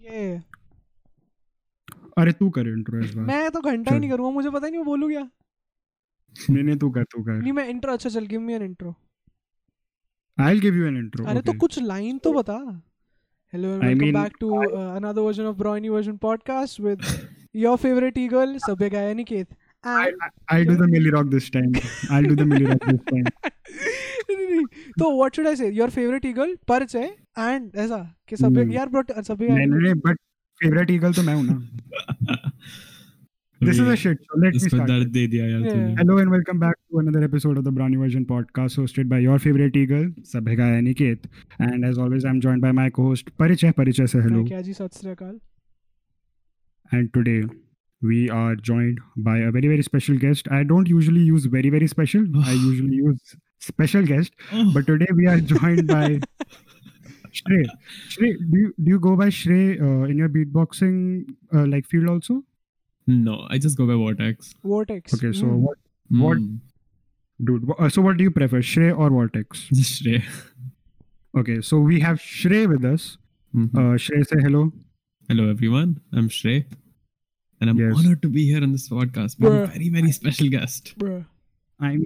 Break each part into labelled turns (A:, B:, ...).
A: ये
B: अरे तू कर इंट्रो इस बार
A: मैं तो घंटा ही नहीं करूंगा मुझे पता ही नहीं मैं बोलूँ क्या
B: नहीं नहीं तू कर तू कर
A: नहीं मैं इंट्रो अच्छा चल give me an intro
B: I will give you an intro
A: अरे तो कुछ लाइन तो बता hello and
B: I
A: welcome
B: mean,
A: back to another version of brownie version podcast with your favourite eagle सभ्य गाया Niket
B: I- I do the Milly rock this time I do the Milly rock this time
A: नहीं, नहीं, तो what should I say your favourite eagle perch है and ऐसा कि सभ्य
B: Hmm.
A: यार uh, बट सभ्य
B: नहीं
A: गाया
B: नहीं बट फेवरेट ईगल तो मैं हूं ना this is a shit let me
C: इस पे
B: स्टार्ट
C: दर्द दे दिया यार
A: Yeah.
C: तूने
B: Hello and welcome back to another episode of the Brownie Version podcast hosted by your favorite eagle, Sabhega Aniket. And as always, I'm joined by my co-host Parichai. Parichai, say hello.
A: मैं क्या जी सत श्री अकाल
B: And today we are joined by a very, very special guest. I don't usually use very, very special. I usually use special guest. But today we are joined by Shrey. Shrey, do you, do you go by Shrey uh, in your beatboxing uh, like field also?
C: No I just go by Vortex Hmm.
A: Vortex
B: Okay, so what, What- dude? wha- uh, so what do you prefer, Shrey or Vortex?
C: Just रे
B: Okay, so we have Shrey with us. Uh, Shrey, say hello.
C: Hmm. Hello, everyone. I'm Shrey, and I'm
B: Yes.
C: honored to be here on this podcast with a
A: Bruh.
C: very, very special guest.
B: I mean,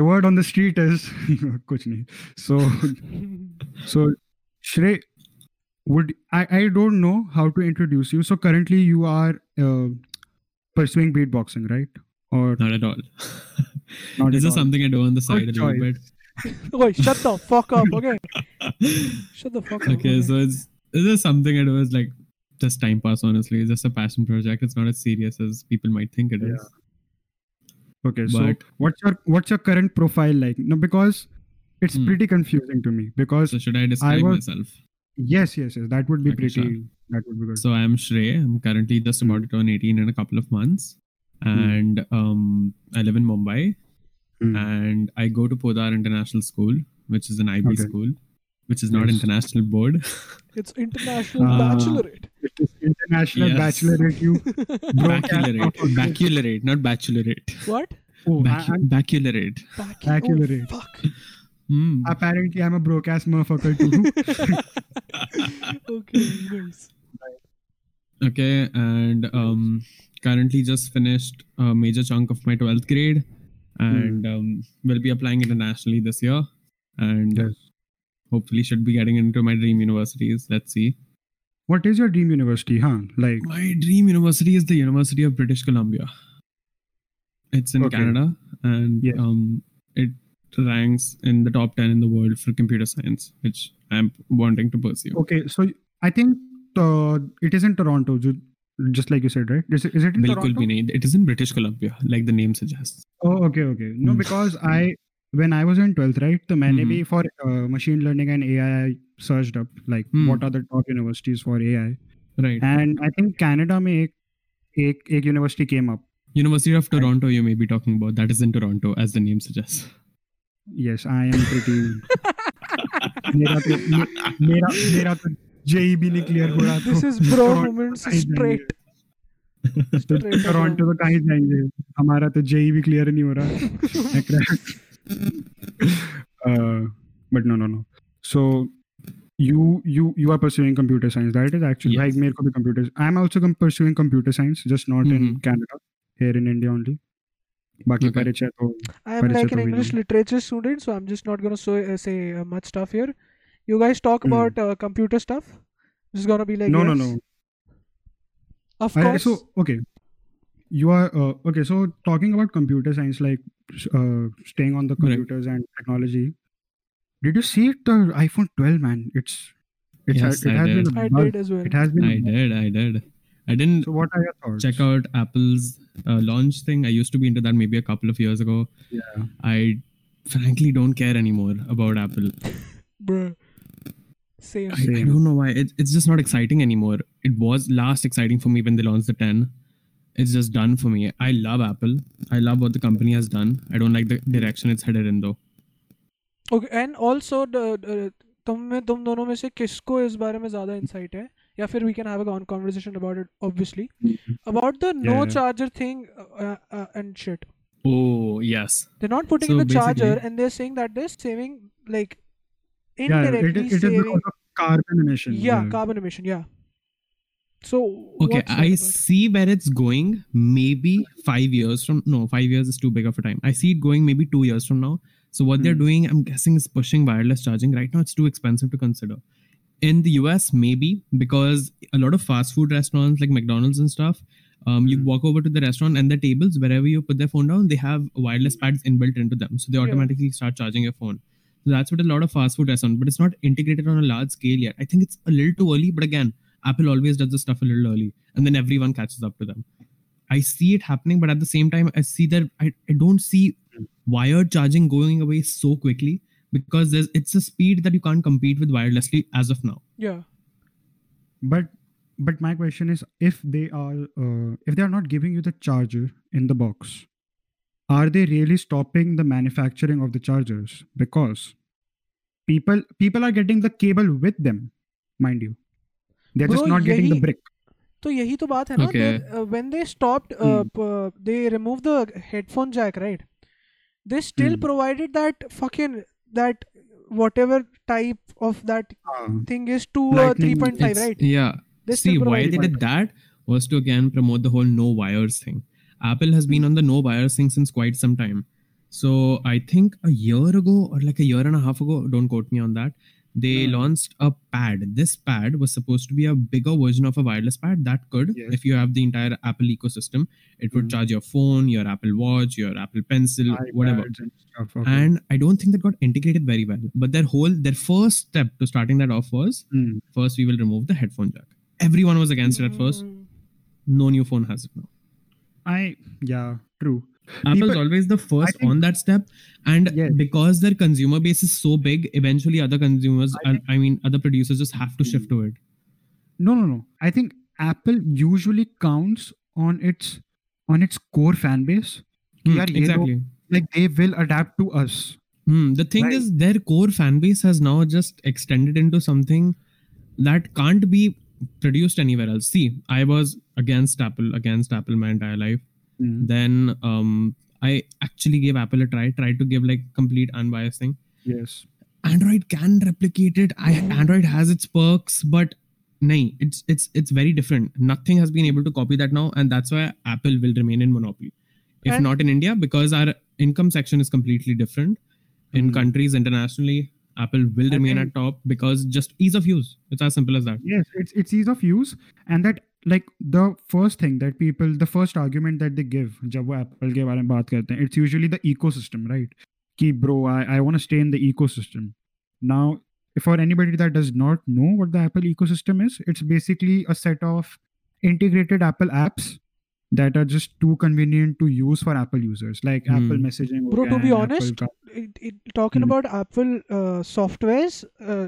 B: the word on the street is kuch nahi. So, so Shrey, would I? I don't know how to introduce you. So currently, you are uh, pursuing beatboxing, right? Or
C: Not at all.
B: Not at
C: this is
B: all.
C: something I do on the
B: Good
C: side a little
B: choice.
C: bit.
A: ओए shut the fuck up okay shut the fuck up
C: okay, so it's this is something I do as like just time pass. Honestly, it's just a passion project. It's not as serious as people might think it is.
B: Yeah. Okay,
C: But-
B: so what's your what's your current profile like? No, because it's
C: Hmm.
B: pretty confusing to me. Because
C: So should I describe
B: was-
C: myself?
B: yes, yes, yes, that would be
C: Okay, sure.
B: pretty. That would be good.
C: So I'm Shrey. I'm currently just about to turn 18 in a couple of months, and um, I live in Mumbai.
B: Hmm.
C: uh, and I go to Podar International School, which is an IB
B: Okay.
C: school, which is not
B: Yes.
C: international board.
A: it's international
C: Ah.
A: bachelorate
B: It is international
C: Yes.
B: bachelorate. You
C: baccalaureate,
B: Okay.
C: baccalaureate, not bachelorate.
A: what
B: oh, I,
C: Bac-
B: I'm,
C: baccalaureate.
A: Bac-
B: Bachelorate.
A: oh, fuck
C: Hmm.
B: apparently I'm a broke ass motherfucker too.
A: okay nice
C: Okay, and um, currently just finished a major chunk of my twelfth grade, and um, will be applying internationally this year, and
B: Yes.
C: hopefully should be getting into my dream universities. Let's see.
B: what is your dream university huh like
C: My dream university is the University of British Columbia. It's in
B: Okay.
C: Canada and
B: Yes.
C: um, it ranks in the top 10 in the world for computer science, which I'm wanting to pursue.
B: okay so i think uh, it is in toronto ju- just like you said right is it, is it in
C: Bilkul
B: toronto
C: bhi nahi. It is in British Columbia, like the name suggests.
B: oh okay okay no
C: Hmm.
B: because i when i was in 12th right so मैंने
C: Hmm.
B: भी for uh, machine learning and ai I searched up like
C: Hmm.
B: what are the top universities for ai
C: Right.
B: and i think canada में एक एक एक university came up
C: University of Toronto, you may be talking about. That is in Toronto, as the name suggests.
B: yes i am pretty मेरा तो मेरा मेरा तो JEE भी नहीं क्लियर हो रहा तो
A: this is bro
B: Toronto
A: moments
B: कहीं
A: straight
B: तो
A: Straight up.
B: टोरंटो तो कहीं जाएंगे हमारा तो जेई भी क्लियर नहीं हो रहा uh, but no no no so you you you are pursuing computer science that is actually
C: Yes.
B: like मेरे को भी computer i am also com- pursuing computer science just not in
C: Mhm.
B: canada here in india only बाकी
C: Okay.
B: परिचय तो
A: i am
B: परिचय
A: like an
B: तो भी
A: english
B: नहीं।
A: literature student so i'm just not going to so, uh, say uh, much stuff here you guys talk
B: Hmm.
A: about uh, computer stuff this is going to be like
B: no no
A: yes,
B: no
A: of
B: I,
A: course
B: so okay you are uh, okay so talking about computer science like uh, staying on the
C: Correct.
B: computers and technology did you see it the iphone 12 man it's it's
C: Yes,
B: it
C: I
B: has
C: did.
B: been a
A: i
B: bug.
A: did as well
B: it has been a
C: I
B: bug.
C: did. I did. I didn't
B: so what are your thoughts
C: check out Apple's uh, launch thing. I used to be into that maybe a couple of years ago.
B: yeah
C: I frankly don't care anymore about Apple.
A: bro same
C: I, I
B: Same.
C: don't know why. It, it's just not exciting anymore. It was last exciting for me when they launched the 10. It's just done for me. I love Apple. I love what the company has done. I don't like the direction it's headed in, though.
A: Okay and also तुम में तुम दोनों में से किसको इस बारे में ज़्यादा इंसाइट है या फिर we can have a conversation about it obviously about the no
B: Yeah.
A: Charger thing and shit
C: Oh, yes.
A: They not putting
C: So
A: in the charger
C: basically-
A: and they are saying that they are saving like
B: yeah it,
A: indirectly
B: is- it is because
A: saving
B: of carbon emission
A: या carbon emission या So
C: Okay,
A: what's that
C: I
A: about?
C: see where it's going. Maybe five years from no, five years is too big of a time. I see it going maybe two years from now. So what they're
B: Hmm.
C: doing, I'm guessing, is pushing wireless charging. Right now, it's too expensive to consider. In the US, maybe because a lot of fast food restaurants like McDonald's and stuff, um, you
B: Hmm.
C: walk over to the restaurant and the tables wherever you put their phone down, they have wireless
B: Hmm.
C: pads inbuilt into them, so they
A: Yeah.
C: automatically start charging your phone. So that's what a lot of fast food restaurants, but it's not integrated on a large scale yet. I think it's a little too early, but again. Apple always does this stuff a little early, and then everyone catches up to them. I see it happening, but at the same time, I see that I, I don't see wired charging going away so quickly because there's it's a speed that you can't compete with wirelessly as of now.
A: yeah.
B: But but my question is, if they are uh, if they are not giving you the charger in the box, are they really stopping the manufacturing of the chargers? Because people people are getting the cable with them, mind you. They're just
A: Bro,
B: not getting the
A: yahi-
B: brick.
A: तो यही तो बात है ना
C: Okay.
A: When they stopped
B: Hmm.
A: They remove the headphone jack right they still
B: Hmm.
A: Provided that fucking that whatever type of that
C: Ah,
B: Uh,
A: thing is to uh,
B: Lightning,
A: 3.5
C: It's-
A: right
C: Yeah.
A: they
C: see
A: still
C: why
A: provide
C: they
A: it.
C: did that was to again promote the whole no wires thing. Apple has been on the no wires thing since quite some time. So I think a year ago or like a year and a half ago, don't quote me on that. They
B: Hmm.
C: launched a pad. This pad was supposed to be a bigger version of a wireless pad that could,
B: Yes.
C: if you have the entire Apple ecosystem, it would
B: Hmm.
C: charge your phone, your Apple Watch, your Apple Pencil, whatever
B: Ah, iPads and stuff, okay.
C: and i don't think that got integrated very well but their whole their first step to starting that off was
B: Hmm.
C: first we will remove the headphone jack everyone was against it at first
A: Hmm.
C: no new phone has it now
B: I yeah, true.
C: apple's
B: People-
C: always the first
B: think-
C: on that step and
B: Yes.
C: because their consumer base is so big eventually other consumers
B: I
C: I, I mean other producers just have to shift
B: Hmm.
C: to it
B: No, no, no. I think Apple usually counts on its on its core fan base.
C: Hmm,
B: Yeah, ye
C: exactly
B: Like they will adapt to us.
C: Hmm, the thing
B: Right.
C: is, their core fan base has now just extended into something that can't be produced anywhere else. See, I was against Apple, against Apple my entire life.
B: Hmm.
C: Then um, I actually gave Apple a try, tried to give like complete unbiased thing.
B: Yes.
C: Android can replicate it. I, Android has its perks, but nay, it's it's it's very different. Nothing has been able to copy that now, and that's why Apple will remain in monopoly, if
A: And-
C: not in India, because our income section is completely different. In
B: Hmm.
C: countries internationally, Apple will
B: I
C: remain
B: think-
C: at top because just ease of use. It's as simple as that.
B: Yes, it's it's ease of use, and that like the first thing that people, the first argument that they give, जब वो Apple के बारे में बात करते हैं, it's usually the ecosystem, right? कि bro, I I want to stay in the ecosystem. Now, for anybody that does not know what the Apple ecosystem is, it's basically a set of integrated Apple apps that are just too convenient to use for Apple users, like Apple
C: Hmm.
B: messaging. हो
A: Bro,
B: गया
A: to be
B: and
A: honest,
B: Apple का-
A: it, it, talking
B: Hmm.
A: about Apple uh, softwares, uh,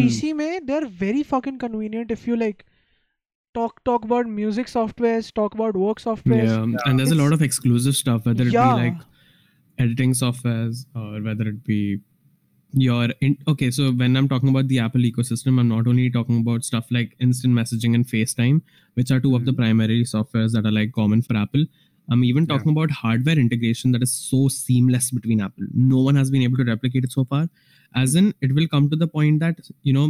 A: PC में they are very fucking convenient if you like talk talk about music softwares, talk about work softwares.
C: Yeah, and there's a
A: It's-
C: lot of exclusive stuff, whether it
A: Yeah.
C: be like editing softwares or whether it be your in- okay. So when I'm talking about the Apple ecosystem, I'm not only talking about stuff like instant messaging and FaceTime, which are 2 of the
A: Mm-hmm.
B: Mhm.
C: primary softwares that are like common for Apple. I'm even
B: Yeah.
C: talking about hardware integration that is so seamless between Apple. No one has been able to replicate it so far. As in, it will come to the point that you know,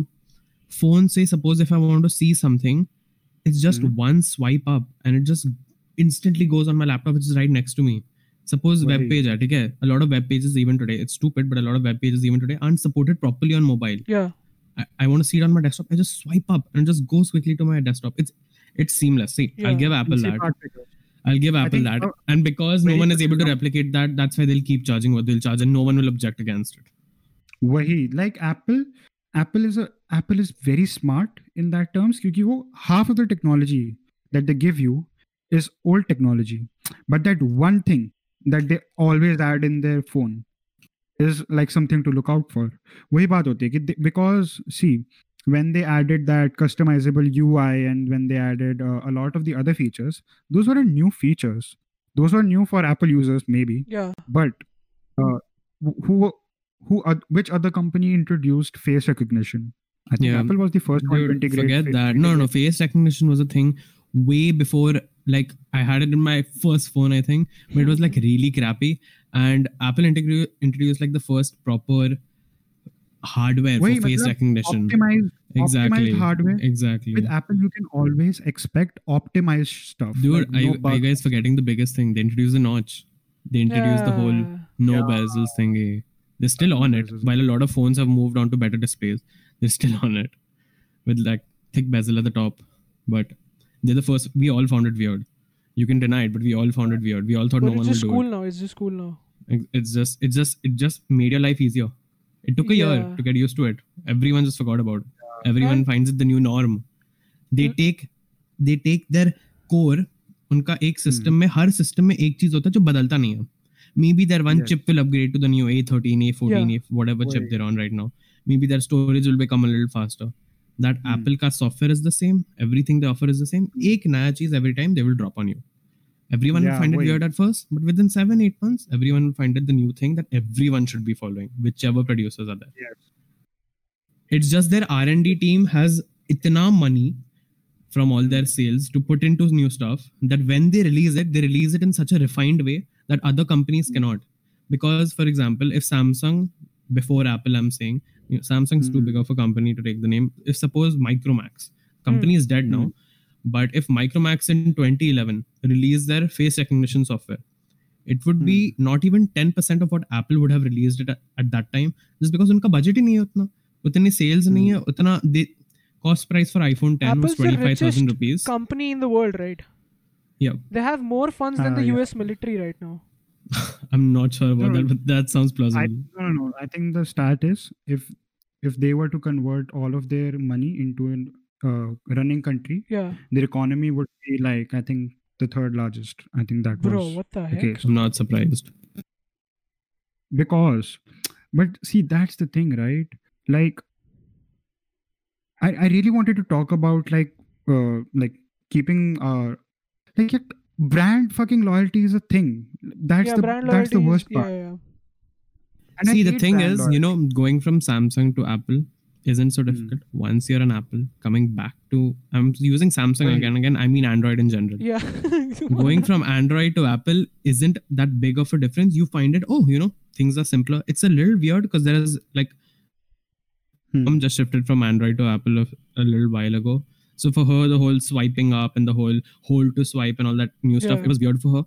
C: phone say suppose if I want to see something, it's just
B: Mhm.
C: one swipe up and it just instantly goes on my laptop, which is right next to me. Suppose
B: Right.
C: web page, hai, theek hai? a lot of web pages even today. It's stupid, but a lot of web pages even today aren't supported properly on mobile.
A: Yeah.
C: I, I want to see it on my desktop. I just swipe up and it just goes quickly to my desktop. It's it's seamless. See, I'll
A: Yeah.
C: give Apple
B: PC
C: that.
B: part-
C: I'll give Apple
B: think,
C: that.
B: uh,
C: and because no
B: very
C: one is able to
B: good.
C: replicate that, that's why they'll keep charging what they'll charge, and no one will object against it.
B: वही like Apple Apple is Apple is very smart in that terms क्योंकि वो half of the technology that they give you is old technology but that one thing that they always add in their phone is like something to look out for वही बात होती है कि because see when they added that customizable ui and when they added uh, a lot of the other features those were new features those were new for apple users maybe
A: Yeah.
B: but
A: Hmm.
B: uh, wh- who who oth- which other company introduced face recognition? I think
C: Yeah.
B: Apple was the first one to
C: Dude,
B: integrate.
C: forget
B: face
C: that. No, no,
B: recognition.
C: face recognition was a thing way before. Like I had it in my first phone, I think, but it was like really crappy. And Apple integru- introduced like the first proper hardware
B: वही
C: for face
B: मतलब
C: recognition.
B: Optimized,
C: Exactly.
B: optimized hardware.
C: Exactly.
B: With Apple, you can always expect optimized stuff.
C: Dude,
B: like no
C: I, I
B: bugs.
C: guys forgetting the biggest thing. They introduced the notch. They introduced the whole
A: Yeah.
C: no
B: Yeah.
C: bezels thingy. They're still on it.
B: Bezels.
C: While a lot of phones have moved on to better displays, they're still on it with like thick bezel at the top. But they're the first. We all found it weird. You can deny it, but we all found it weird. We all thought
A: But
C: no one
A: it's
C: would
A: just
C: do
A: cool now. It's just cool now.
C: it. It's just, it's just, it just made your life easier. It took a year
A: Yeah.
C: to get used to it. Everyone just forgot about it. Everyone finds it the new norm. They
B: Hmm.
A: Mm.
C: take, they take their core. उनका एक system
B: Hmm.
C: में हर system में एक चीज होता है जो बदलता नहीं है maybe their one
B: Yes.
C: chip will upgrade to the new A13, A14, A whatever chip
B: Right.
C: they're on right now. Maybe their storage will become a little faster. That
B: Hmm.
C: Apple car software is the same. Everything they offer is the same. Ek naya cheez every time they will drop on you. Everyone will
B: Yeah,
C: find it
B: वही.
C: weird at first, but within seven, eight months, everyone will find it the new thing that everyone should be following, whichever producers are there.
B: Yes.
C: It's just their R&D team has itna money from all their sales to put into new stuff that when they release it, they release it in such a refined way that other companies cannot. Because, for example, if Samsung, before Apple, I'm saying, you know, Samsung's too
B: Hmm.
C: big of a company to take the name. If suppose Micromax, company
B: Hmm.
C: is dead now, but if Micromax in 2011 released their face recognition software, it would be
B: Hmm.
C: not even 10% of what Apple would have released it at, at that time, just because उनका budget ही नहीं है उतना, उतनी sales नहीं
B: Hmm.
C: है, उतना they cost price for iPhone 10 was
A: Apple's the
C: 25,000
A: richest
C: rupees.
A: Company in the world, right?
C: Yeah.
A: They have more funds than
B: Ah,
A: the
B: yeah.
A: US military right now.
C: I'm not sure about
B: No,
C: that, but that sounds plausible.
B: Hmm. I no, no, no. I think the stat is if if they were to convert all of their money into an uh, running country,
A: Yeah.
B: their economy would be like I think the third largest. I think that
A: Bro,
B: was
A: what the
B: the
A: heck?
B: case
C: I'm not surprised.
B: because, but see, that's the thing, right? Like, I I really wanted to talk about like uh like keeping uh like yeah, brand fucking loyalty is a thing. That's
A: yeah,
B: the
A: brand
B: that's the
A: loyalty is-
B: worst part.
A: Yeah, yeah.
B: And I
C: See, the
B: hate
C: thing
B: brand
C: is,
B: loyalty.
C: you know, going from Samsung to Apple isn't so
B: Hmm.
C: difficult. Once you're on Apple, coming back to I'm using Samsung
B: Right.
C: again and again. I mean Android in general.
A: Yeah.
C: Going from Android to Apple isn't that big of a difference. You find it, oh, you know, things are simpler. It's a little weird because there is like
B: Hmm.
C: mom just shifted from Android to Apple a, a little while ago. So for her, the whole swiping up and the whole hold to swipe and all that new stuff,
A: Yeah.
C: it was weird for her.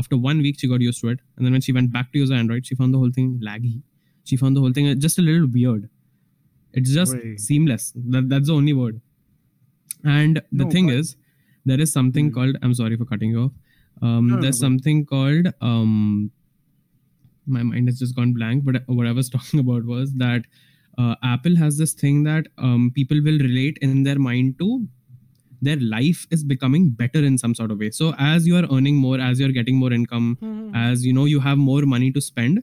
C: After one week, she got used to it, and then when she went back to use Android, she found the whole thing laggy. She found the whole thing uh, just a little weird. It's just
B: Wait.
C: seamless. That, that's the only word. And the
B: No,
C: thing
B: but-
C: is, there is something
B: Hmm.
C: called. I'm sorry for cutting you off. Um,
B: No, no, no,
C: there's
B: go ahead.
C: something called. Um, my mind has just gone blank. But what I was talking about was that uh, Apple has this thing that um, people will relate in their mind to their life is becoming better in some sort of way. So as you are earning more, as you are getting more income,
B: Hmm.
A: Mhm.
C: as you know you have more money to spend,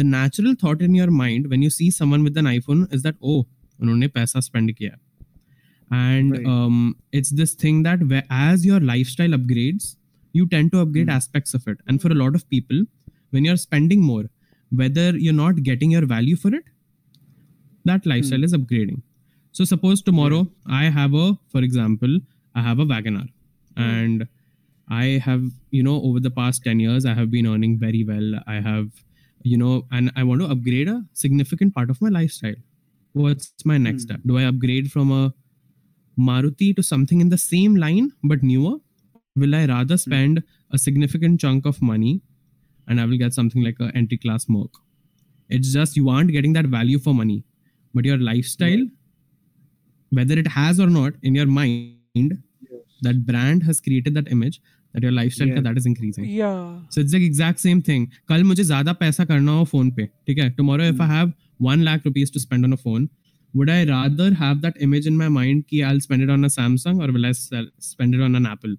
C: the natural thought in your mind when you see someone with an iPhone is that oh, उन्होंने पैसा spend किया. And
B: Right.
C: um, it's this thing that where, as your lifestyle upgrades, you tend to upgrade
B: Hmm.
C: aspects of it. And for a lot of people, when you're spending more, whether you're not getting your value for it, that lifestyle is upgrading. So suppose tomorrow I have a, for example, I have a Wagoner, and I have, you know, over the past ten years, I have been earning very well. I have, you know, and I want to upgrade a significant part of my lifestyle. What's my next
B: Hmm.
C: step? Do I upgrade from a Maruti to something in the same line but newer? Will I rather spend a significant chunk of money and I will get something like a entry class Merc? It's just you aren't getting that value for money, but your lifestyle, whether it has or not in your mind, that brand has created that image that your lifestyle का
B: Yes.
C: that is increasing.
A: Yeah.
C: So it's the exact same thing. कल मुझे ज्यादा पैसा करना हो phone पे ठीक है tomorrow if I
A: Hmm.
C: have one lakh rupees to spend on a phone would I rather have that image in my mind कि I'll spend it on a Samsung or will I sell, spend it on an Apple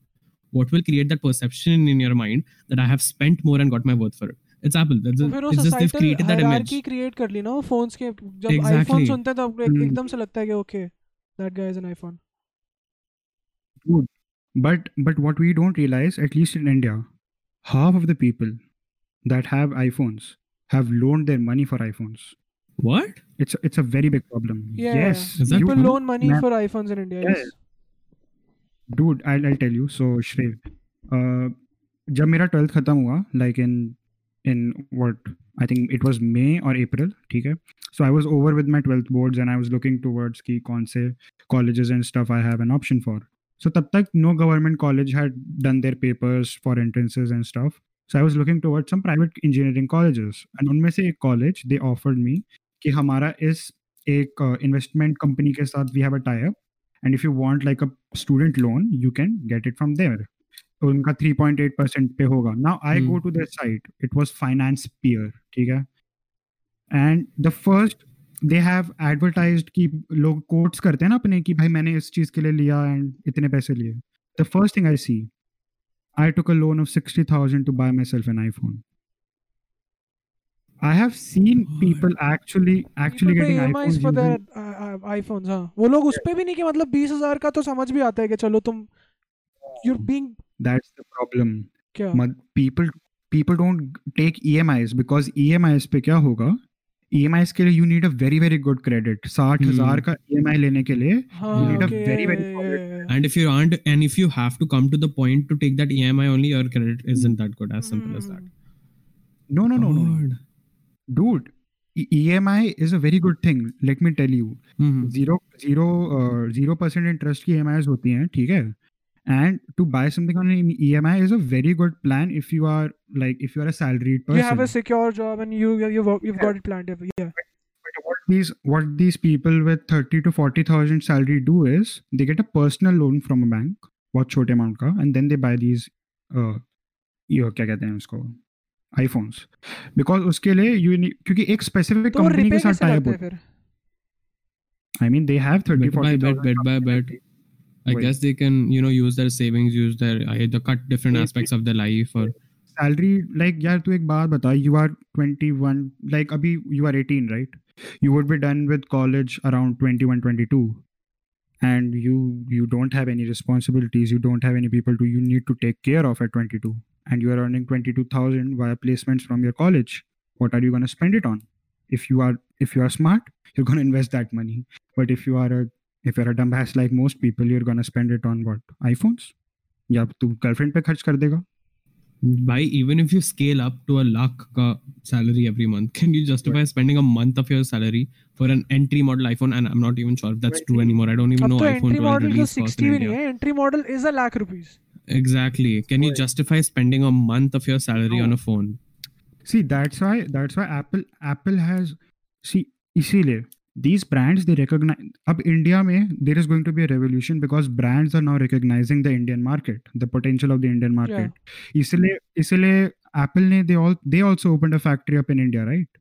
C: what will create that perception in your mind that I have spent more and got my worth for it it's Apple that's
A: तो
C: a,
A: फिर वो
C: it's just they've
A: societal
C: created that image
A: hierarchy create कर ली ना वो phones के जब
C: Exactly.
A: IPhone सुनते हैं तो आपको एक-
B: Hmm.
A: एकदम से लगता है कि okay that guy is an iPhone
B: But but what we don't realize, at least in India, half of the people that have iPhones have loaned their money for iPhones.
C: what
B: It's it's a very big problem.
A: Yeah,
B: Yes,
C: Is that
B: you-
A: people loan money
B: man-
A: for iPhones in India
B: Yeah. dude. I'll I'll tell you. So Shrev, uh, जब मेरा 12th खत्म हुआ, like in in what I think it was May or April. ठीक है? So I was over with my 12th boards and I was looking towards ki kaun se colleges and stuff I have an option for. So tab tak no government college had done their papers for entrances and stuff. So I was looking towards some private engineering colleges and उनमें से एक college they offered me कि हमारा इस एक investment company के साथ we have a tie up and if you want like a student loan you can get it from there तो उनका 3.8 परसेंट पे होगा now I go to that site it was Finance Peer ठीक है and the first they have advertised कि लोग quotes करते हैं ना अपने कि भाई मैंने इस चीज के लिए लिया एंड इतने पैसे लिए the first thing I see I took a loan of 60000 to buy myself an iPhone I have seen
C: Oh
B: people actually actually
A: People
B: getting
A: pay
B: iPhones
A: EMIs for their
B: using-
A: uh, uh, iPhones हाँ वो लोग उस पे भी नहीं कि मतलब बीस हजार का तो समझ भी आता है कि चलो तुम you're being
B: That's the problem.
A: क्या
B: Mad- People people don't take EMIs because E EMIs पे क्या होगा? EMIs के लिए you need a very very good credit. साठ हजार
C: Hmm.
B: का EMI लेने के लिए
A: हाँ
C: You need a
A: okay,
B: very, very
A: yeah,
B: solid
A: yeah, yeah.
C: And if you aren't, and if you have to come to the point to take that EMI only, your credit isn't that good. As simple as that.
A: Mm.
B: no Hmm. no no no, no.
C: God.
B: dude. E- EMI is a very good thing. Let me tell you.
C: Mhm.
B: Zero zero zero percent interest की ई होती हैं ठीक है and to buy something on E M I is a very good plan if you are like if you are a salaried
A: You have a
B: person
A: secure job and you you've you've got it planned. every- Yeah.
B: what these what these people with 30 to 40000 salary do is they get a personal loan from a bank बहुत छोटे amount का and then they buy these uh, ये क्या कहते हैं उसको iPhones because उसके लिए you need क्योंकि एक specific
A: तो वो
B: company के
A: repay
B: साथ
A: कैसे
B: tie up
A: करते हैं
B: होता
A: फिर?
B: है I mean they have 30
C: Bet by
B: 40
C: bet, bet by bet. I
B: Wait.
C: guess they can, you know, use their savings, use their either cut different
B: Wait,
C: aspects of their life or
B: salary like यार तू एक बात बता you are 21 like अभी you are 18 right you would be done with college around 21 22 and you you don't have any responsibilities you don't have any people to you need to take care of at 22 and you are earning 22000 via placements from your college what are you going to spend it on if you are if you are smart you're going to invest that money but if you are a if you're a dumbass like most people you're going to spend it on what iPhones या तू girlfriend पे खर्च कर देगा
C: by even if you scale up to a lakh ka salary every month, can you justify spending a month of your salary for an entry model iPhone? And I'm not even sure if that's
B: Right.
C: true anymore. I don't even
A: अब
C: know
A: तो
C: iPhone
A: entry
C: 12
A: model तो
C: release cost
A: 60
C: in
A: भी
C: India.
A: नहीं है. Entry model is a lakh rupees.
C: Exactly. Can you
B: Right.
C: justify spending a month of your salary
B: No.
C: on a phone?
B: See, that's why that's why Apple Apple has see इसीलिए these brands they recognize अब India में there is going to be a revolution because brands are now recognizing the Indian market, the potential of the Indian market. इसलिए इसलिए Apple ने they all they also opened a factory up in India, right?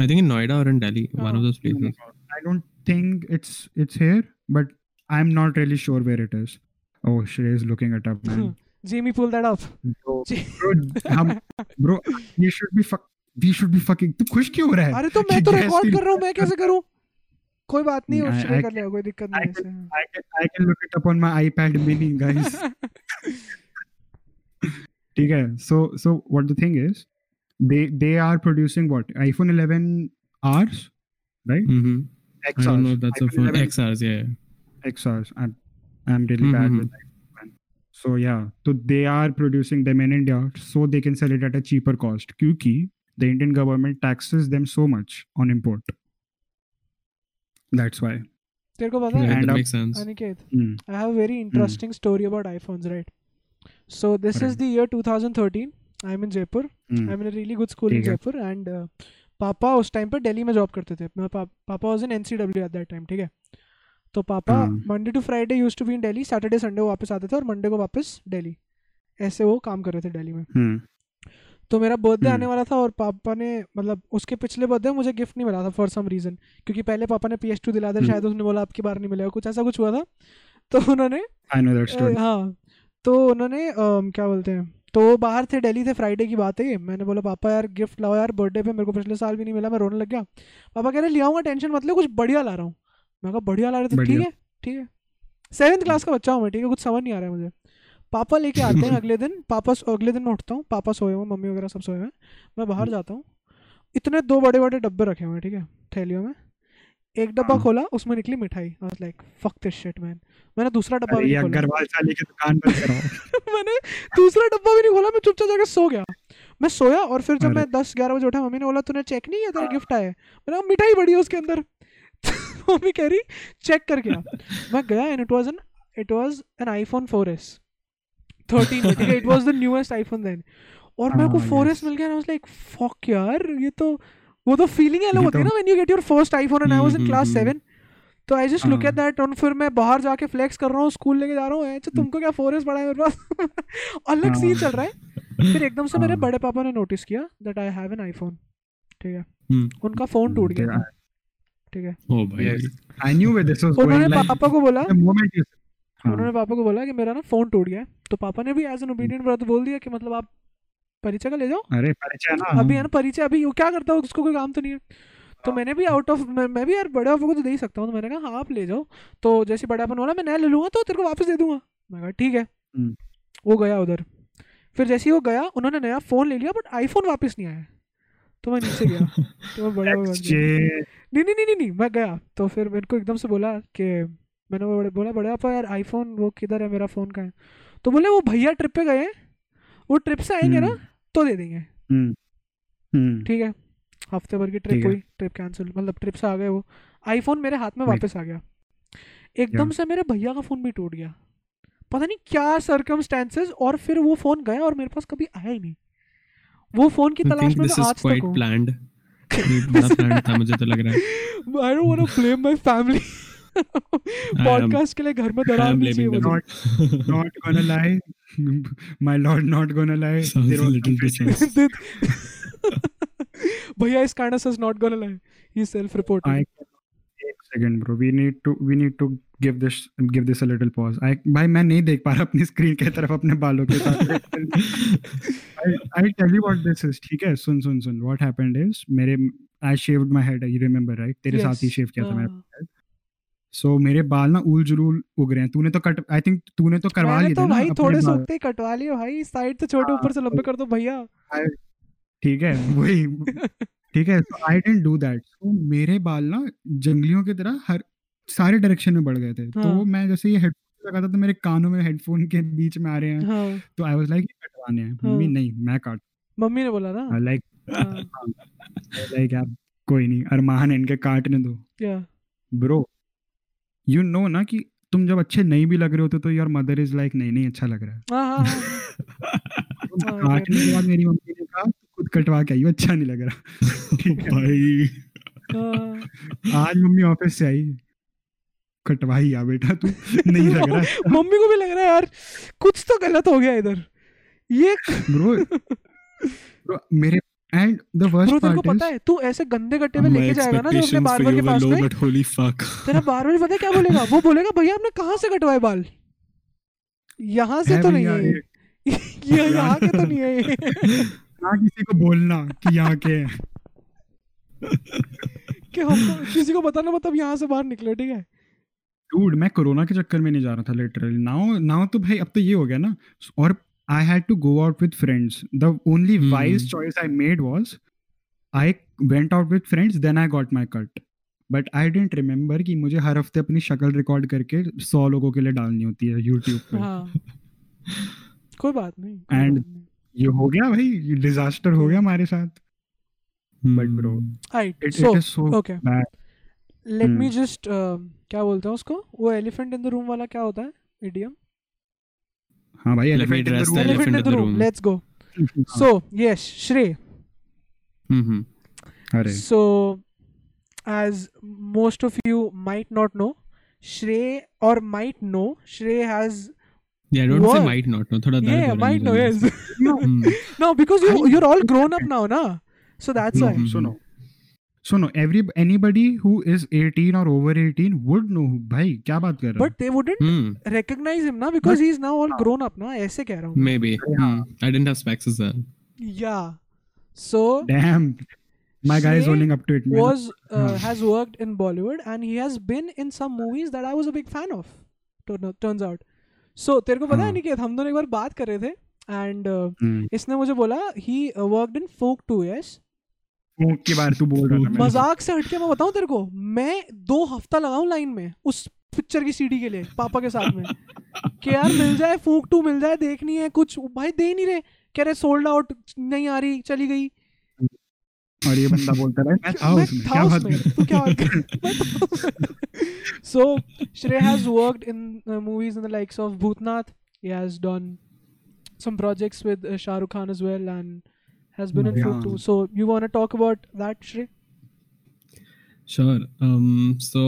C: I think in Noida or in Delhi, one of
A: Uh-huh.
C: those places.
B: I don't think it's it's here, but I'm not really sure where it is. Oh, Shrey is looking it up, man.
A: Jamie, pull that up.
B: Bro,
A: ji-
B: bro, Hmm. हम, bro, you should be fuck, we should be fucking. तू खुश क्यों हो रहा है?
A: अरे तो मैं तो
B: Yes,
A: रिकॉर्ड
B: you-
A: कर रहा हूँ मैं कैसे करूँ कोई बात नहीं
B: I-
A: उससे
B: I
A: कर लिया कोई दिक्कत
B: I
A: नहीं
B: can-
A: है
B: I can I can look it up on my iPad mini, guys. ठीक है. So so what the thing is, they they are producing what iPhone 11 Rs, right?
C: hmm I
B: XRs.
C: don't know. if That's a
B: iPhone
C: phone.
B: 11
C: XRs, yeah.
B: XRs. I'm I'm really bad
A: Mm-hmm.
C: Mhm.
B: with iPhone. So yeah, so they are producing them in India so they can sell it at a cheaper cost. क्योंकि the Indian government taxes them so much on import. That's why.
A: तेरे को पता
C: yeah
A: है
B: And
C: that
B: up-
C: makes sense.
A: Aniket
B: Hmm.
A: I have a very interesting story about iPhones, right? So this is
B: Alright.
A: the year 2013. I'm in Jaipur.
B: Hmm.
A: I'm in a really good school in
B: ठीक है।
A: Jaipur and uh, पापा उस time पे दिल्ली में job करते थे मैं पा, पापा was in NCW at that time ठीक है तो पापा
B: हाँ।
A: Monday to Friday use to be in Delhi Saturday Sunday को वापस आते थे और मंडे को वापस दिल्ली ऐसे वो काम कर रहे थे दिल्ली में
B: Hmm.
A: तो मेरा बर्थडे आने
B: हम्म।
A: वाला था और पापा ने मतलब उसके पिछले बर्थडे में मुझे गिफ्ट नहीं मिला था फॉर सम रीजन क्योंकि पहले पापा ने पी एच टू दिला था
B: हम्म।
A: शायद उसने बोला आपकी बार नहीं मिलेगा कुछ ऐसा कुछ हुआ था तो उन्होंने
B: I know that
A: a,
B: story.
A: हाँ तो उन्होंने अम, क्या बोलते हैं तो वो बाहर थे दिल्ली थे फ्राइडे की बात है ये। मैंने बोला पापा यार गिफ्ट लाओ यार बर्थडे पे मेरे को पिछले साल भी नहीं मिला मैं रोने लग गया पापा कह रहे ले आऊंगा टेंशन मत ले कुछ बढ़िया ला रहा हूँ मैं कहा बढ़िया ला रहे तो ठीक
B: बढ़िया।
A: है ठीक है सेवन्थ क्लास का बच्चा हूँ मैं ठीक है कुछ समझ नहीं आ रहा है मुझे पापा लेके आते हैं अगले दिन पापा अगले दिन मैं उठता हूँ पापा सोए हुए हैं, मम्मी वगैरह सब सोए हुए हैं मैं बाहर
B: हम्म।
A: जाता हूँ इतने दो बड़े बड़े डब्बे रखे हुए हैं ठीक है थैलियों में एक डब्बा
B: हाँ।
A: खोला उसमें निकली मिठाई I was like fuck this shit man मैंने दूसरा डब्बा
B: अरे
A: भी
B: ये
A: नहीं खोला
B: अग्रवाल चाली की दुकान पर कराओ
A: मैंने दूसरा डब्बा भी नहीं खोला मैं चुपचाप जाकर सो गया मैं सोया और फिर जब
B: अरे।
A: मैं दस ग्यारह बजे उठा मम्मी ने बोला तूने चेक नहीं किया तेरा गिफ्ट आया है मैंने कहा, मिठाई बड़ी है उसके अंदर तो मम्मी कह रही चेक करके आ मैं गया and it was an it was an iPhone 4s 13 ठीक है it was the newest iPhone then और मेरे को
B: हाँ,
A: 4s मिल गया आई वाज लाइक फक यार ये तो वो तो फीलिंग अलग
B: ये
A: होती है ना when you get your first iPhone and I was in
C: हम्म,
A: क्लास
C: हम्म,
A: 7 तो आई जस्ट लुक
B: हाँ।
A: एट दैट और फिर मैं बाहर जाके फ्लेक्स कर रहा हूँ स्कूल लेके जा रहा हूँ अच्छा तुमको क्या 4s पड़ा है मेरे पास अलग सीन चल रहा है फिर एकदम से मेरे
B: हाँ।
A: बड़े पापा ने नोटिस किया that I have an iPhone ठीक है
C: हम्म।
A: उनका फोन टूट गया ठीक
B: Yeah,
A: है
C: ओ भाई
B: Yes. I knew where this was going.
A: तो उन्होंने
B: Like,
A: पापा को बोला
B: the moment you. हाँ,
A: उन्होंने पापा को बोला कि मेरा ना फोन टूट गया है तो पापा ने भी एज एन ओबीडियंट ब्रदर बोल दिया कि मतलब आप परिचय का ले जाओ
B: अरे परिचय ना
A: अभी है ना परिचय अभी वो क्या करता है उसको कोई काम तो नहीं है तो मैंने भी आउट ऑफ मैं, मैं भी यार बड़े पापा को तो दे ही सकता हूँ तो मैंने कहा हाँ आप ले जाओ तो जैसे बड़ा अपन बोला मैं नया ले लूंगा तो तेरे को वापस दे दूंगा मैं कहा ठीक है
B: हम्म।
A: वो गया उधर फिर जैसे ही वो गया उन्होंने नया फ़ोन ले लिया बट आईफोन वापस नहीं आया तो मैं नीचे गया तो मैं बड़ा पापा को-
B: Exchange.
A: नहीं नहीं नहीं नहीं नहीं मैं गया तो फिर मेरे को एकदम से बोला कि मैंने वो बड़े बोला बड़े पापा यार आईफोन वो किधर है मेरा फ़ोन कहाँ है तो बोले वो भैया ट्रिप पे गए हैं वो ट्रिप से आएंगे ना
B: हम्म,
A: तो दे देंगे
B: हम्म, हम्म,
A: ठीक है हफ्ते भर की
B: ठीक
A: ट्रिप
B: है।
A: हुई ट्रिप कैंसिल मतलब ट्रिप से आ गए वो आईफोन मेरे हाथ में
B: Right.
A: वापस आ गया एकदम से मेरे भैया का फ़ोन भी टूट गया पता नहीं क्या सर्कमस्टेंसेस और फिर वो फ़ोन गया और मेरे पास कभी आया ही नहीं वो फ़ोन की
C: I
A: तलाश
C: think
A: में
C: this
A: मैं
C: is
A: आज तक
C: quite
A: हूँ
C: planned. ये बड़ा planned था मुझे तो लग रहा है.
A: I don't want to blame my family podcast के लिए घर में
C: I
A: दरार
C: am
A: नहीं चाहिए
C: blaming them.
A: मुझे।
B: Not gonna lie, my lord, not gonna lie.
C: Sounds
B: There
C: a
B: was
C: little
B: some
C: dishonest.
A: Did- भैया is kind of not gonna like he self reporting
B: I एक second bro we need to we need to give this give this a little pause I भाई मैं नहीं देख पा रहा अपनी screen के तरफ अपने बालों के साथ आई tell you what this is ठीक है सुन सुन सुन व्हाट हैपेंड इज मेरे I shaved my head you remember right तेरे साथ ही शेव किया
A: हाँ।
B: था मैंने सो मेरे बाल ना उल जुलूल उग रहे हैं तूने तो कट आई थिंक तूने तो करवा
A: मैंने
B: लिए
A: तो
B: थे ना
A: भाई
B: अपने
A: थोड़े
B: बाल।
A: सूखते ही कटवा लिए भाई साइड से छोटे
B: हाँ,
A: ऊपर से लंबे कर दो भैया
B: ठीक है वही ठीक है so I didn't do that so मेरे बाल ना जंगलियों की तरह हर सारे डायरेक्शन में बढ़ गए थे
A: हाँ।
B: तो मैं जैसे ये हेडफोन लगा था तो मेरे कानों में हेडफोन के बीच में आ रहे हैं
A: हाँ
B: तो आई वाज लाइक ये कटवाने हैं मम्मी
A: हाँ।
B: नहीं मैं काट
A: मम्मी ने बोला ना
B: लाइक
A: हाँ,
B: लाइक यार कोई नहीं अरमान है इनके काटने दो
A: क्या
B: ब्रो यू नो ना कि तुम जब अच्छे नहीं भी लग रहे होते तो योर मदर इज लाइक नहीं नहीं अच्छा लग रहा है
A: हाँ हाँ हाँ
B: तो
A: हाँ,
B: काटने के बाद मेरी मम्मी ने कहा "तू खुद कटवा के आई अच्छा नहीं लग रहा ठीक है
C: भाई
A: हाँ।
B: आज मम्मी ऑफिस से आई कटवाई आ बेटा तू नहीं लग रहा
A: मम्मी को भी लग रहा है यार कुछ तो गलत हो गया इधर ये
B: ब्रो ब्रो मेरे एंड द
A: ब्रो
B: वर्स्ट
A: तेरे को
B: पार्ट
A: पता
B: इज
A: है तू ऐसे गंदे गट्टे में लेके जाएगा ना जो अपने बारबर के पास में
C: but holy fuck.
A: तेरा बारबर पता है क्या बोलेगा वो बोलेगा भैया आपने कहाँ से कटवाए बाल यहाँ से
B: है
A: तो नहीं
B: भैया
A: है ये। ये यहाँ के तो नहीं है ये
B: ना किसी को बोलना कि यहाँ के हैं।
A: कि हमको किसी को बताना मतलब यहाँ से बाहर निकले ठीक है
B: डूड मैं कोरोना के चक्कर में नहीं जा रहा था लिटरली नाउ नाउ तो भाई अब तो ये हो गया ना और I had to go out with friends the only
C: Hmm.
B: Wise choice I made was I went out with friends then I got my cut but I didn't remember कि मुझे हर हफ्ते अपनी शक्ल रिकॉर्ड करके सौ लोगों के लिए डालनी होती है यूट्यूब पर
A: हाँ कोई बात नहीं कोई
B: And-
A: बात नहीं।
B: ये हो गया भाई ये डिजास्टर हो गया हमारे साथ But bro,
C: Hmm.
A: Alright,
B: it
A: so
B: इज सो
A: okay
B: bad.
A: let me just uh, क्या बोलते हैं उसको वो elephant in the room वाला क्या होता है idiom
B: हाँ भाई
C: Let me
B: elephant in the
C: address
B: room.
C: the
A: elephant in the room let's go
B: हाँ,
A: so yes Shrey
C: Mm-hmm.
B: अरे
A: so as most of you might not know Shrey or might know Shrey has
C: Yeah, don't say
A: What?
C: might not. No, thoda dard
A: yeah
C: ho raha hai
A: might know
C: mujhe.
A: yes
C: Hmm.
A: no because you you're all grown up now na so that's why
C: Mhm.
B: सुनो सुनो every anybody who is 18 और over 18 would know भाई क्या बात कर रहा
A: but they wouldn't
C: Hmm.
A: recognize him na because he's now all grown up na ऐसे कह रहा हूँ
C: Maybe.
B: हाँ,
C: Hmm. I didn't have specs as well.
A: yeah so
B: damn my guy is
A: Shrey
B: owning up to it
A: was uh,
B: Huh.
A: has worked in Bollywood and he has been in some movies that I was a big fan of. Turn, turns out. So तेरे को पता है
B: हाँ.
A: निकेत हम दोनों एक बार बात कर रहे थे and uh,
B: Mm.
A: इसने मुझे बोला he uh, worked in Folk 2 yes.
B: फूक की बार तू बोल रहा था मेरे को।
A: मजाक से हटके मैं बताऊं तेरे को मैं दो हफ्ता लगाऊं लाइन में उस पिक्चर की सीडी के लिए पापा के साथ में कि यार मिल जाए फूक टू मिल जाए देखनी है कुछ भाई दे ही नहीं रहे कह रहे सोल्ड आउट नहीं आ रही चली गई
B: और ये बंदा बोलता रहा मैं था
C: Oh,
A: मैं
B: उसमें
A: था
B: क्या बात
A: उसमें, तो क्या बात कर सो Shrey has worked in uh, movies in the likes of Bhootnath. He has done some projects with uh, Shah Rukh Khan as well and has been in food
B: Yeah.
A: too. So you want to talk about that, Shrey?
C: Sure. Um, so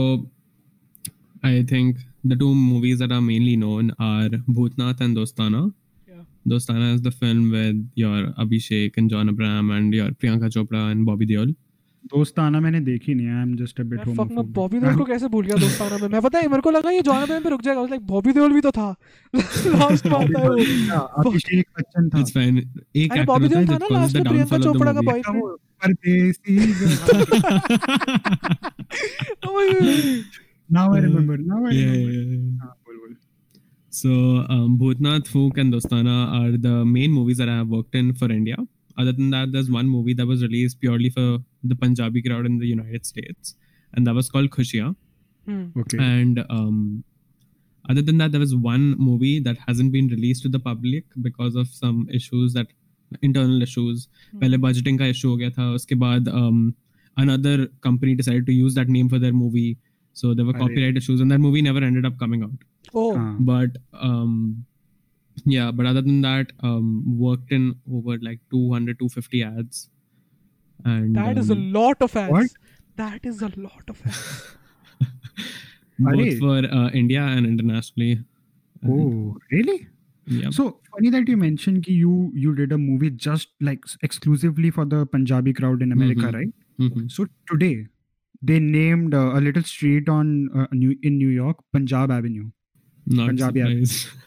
C: I think the two movies that are mainly known are Bhutnath and Dostana.
A: Yeah.
C: Dostana is the film with your Abhishek and John Abram and your Priyanka Chopra and Bobby Deol.
B: दोस्ताना मैंने देखी नहीं I am just a bit
A: मैं fuck मैं
B: homophobic
A: Bobby Deol को कैसे भूल गया दोस्ताना में मैं पता है मेरे को लगा ये जॉन अब्राहम पे रुक जाएगा लाइक बॉबी देओल भी तो था लास्ट पार्ट है वो
B: हाँ, अभिषेक बच्चन था
C: It's fine. एक
A: अरे
C: actor
A: बॉबी
C: होता है
A: देओल था
C: that
A: ना
C: causes
A: लास्ट
C: the
A: में Priyanka
C: downfall of the
A: Chopra का
C: movie.
B: था
A: बॉयफ्रेंड
B: वो परदेसी now I remember now I
C: Yeah, yeah,
B: remember
C: yeah.
B: हाँ, बोल बोल
C: So, um, Bhutnath, Fook, and Dostana are the main movies that I have worked in for India. Other than that, there's one movie that was released purely for the Punjabi crowd in the United States, and that was called Khushiyan.
B: Okay
C: And um, other than that, there is one movie that hasn't been released to the public because of some issues that internal issues.
A: Hmm.
C: पहले budgeting का issue हो गया था. उसके बाद um, another company decided to use that name for their movie. So there were
B: अरे।
C: copyright issues, and that movie never ended up coming out Oh।
A: ओह
B: हां
C: but um yeah but other than that um worked in over like 200 250 ads and
A: That is a
C: um,
A: lot of ads.
B: Hmm. What?
A: That is a lot of ads.
B: Arey.
C: both for uh, india and internationally And,
B: oh really
C: yeah
B: So funny that you mentioned that you you did a movie just like exclusively for the Punjabi crowd in America,
C: Mhm.
B: right?
C: Mhm.
B: So today they named uh, a little street on uh, New in New York Punjab Avenue.
C: not
B: Punjabi ads.
C: surprised.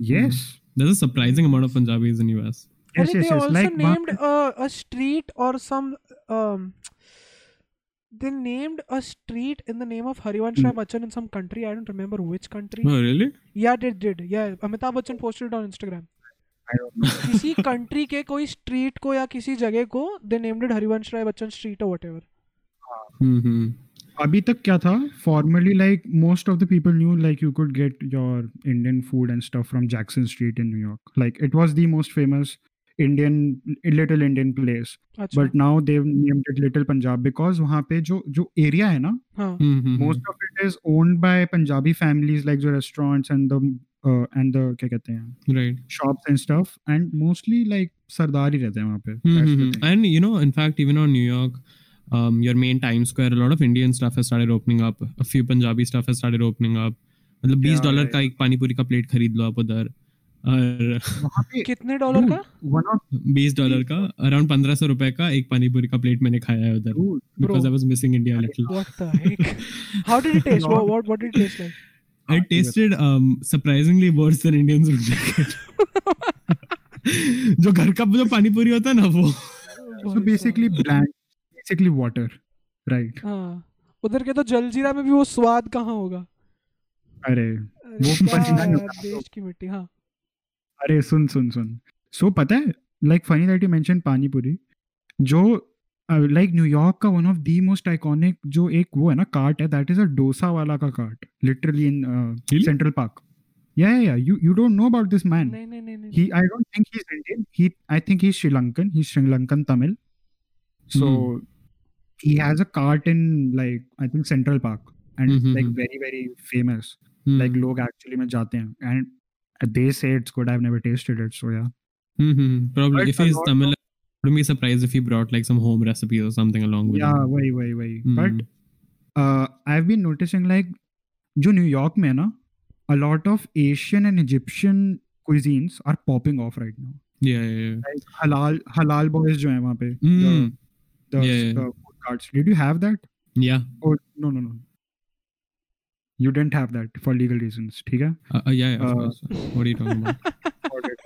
B: Yes,
C: there's a surprising amount of punjabis in us
B: yes,
A: Yes,
B: yes,
A: they
B: yes.
A: also
B: Like
A: named a, a street or some. Um, they named a street in the name of Harivansh
B: Hmm.
A: Rai Bachchan in some country. I don't remember which country.
C: oh really
A: Yeah, they did. Yeah, Amitabh Bachchan posted it on Instagram.
B: I don't know.
A: किसी country के कोई street को या किसी जगह को they named it Harivansh Rai Bachchan street और whatever
C: mm-hmm.
B: अभी तक क्या था formally like most of the people new like you could get your Indian food and stuff from Jackson Street in New York like it was the most famous Indian little Indian place
A: अच्छा
B: but now they named it little Punjab because वहाँ पे जो जो area है ना
A: हाँ
C: Mm-hmm.
B: most of it is owned by punjabi families like the restaurants and the uh, and the क्या कहते हैं
C: right
B: shops and stuff and mostly like सरदार ही रहते हैं वहाँ पे That's the
C: hmm
B: thing.
C: And you know, in fact, even on New York, um, your main Times Square, a lot of Indian stuff has started opening up. A few Punjabi stuff has started opening up. मतलब बीस
B: Yeah,
C: dollar
B: yeah,
C: का एक पानी पूरी का plate खरीद लो आप उधर और
B: वहाँ पे
A: कितने डॉलर का
B: one of
C: बीस डॉलर का अराउंड पंद्रह सौ रुपए का एक पानी पूरी का प्लेट मैंने खाया है उधर
B: two
C: because I was missing India
B: Hmm.
C: Little
A: what the heck how did it taste
B: Not-
A: what what did it taste like
C: I tasted surprisingly worse than Indians would make it. जो घर का जो पानी पूरी होता है ना वो
B: so basically bland basically water right
A: हाँ उधर के तो जलजीरा में भी वो स्वाद कहाँ होगा
B: अरे
A: अरे
B: वो
A: क्या
B: पसीना
A: है
B: निकाल दो।
A: देश की मिट्टी हाँ
B: अरे सुन सुन सुन सो पता है like funny that you mention pani puri जो लाइक न्यूयॉर्क का one of the most iconic जो एक वो है ना कार्ट है दैट इज अ डोसा वाला का cart literally in
C: Really?
B: Central Park या या you you don't know about this man
A: नहीं नहीं नहीं नहीं
B: he i don't think he's indian he i think he's sri lankan he's sri lankan tamil so
C: Hmm.
B: he has a cart in like i think central park and it's
C: Mhm,
B: like
C: mhm.
B: very very famous like
C: Hmm.
B: log actually mein jate hain and they say it's good i've never tasted it so yeah
C: hmm Probably
B: But
C: if
B: a
C: he's
B: lot
C: Tamil, I wouldn't be surprised if he brought like some home recipes or something along with
B: yeah
C: him.
B: wahi wahi wahi
C: Hmm.
B: but uh, i've been noticing like जो New York में है ना a lot of asian and egyptian cuisines are popping off right now
C: yeah, yeah, yeah.
B: like halal halal boys जो हैं वहाँ पे the-
C: Mm.
B: the,
C: Yeah, yeah.
B: the food carts. Did you have that?
C: yeah.
B: Or no, no, no. You didn't have that for legal reasons. ठीक है?
C: Uh, uh, yeah, yeah, of
B: Uh,
C: course. What are you talking about?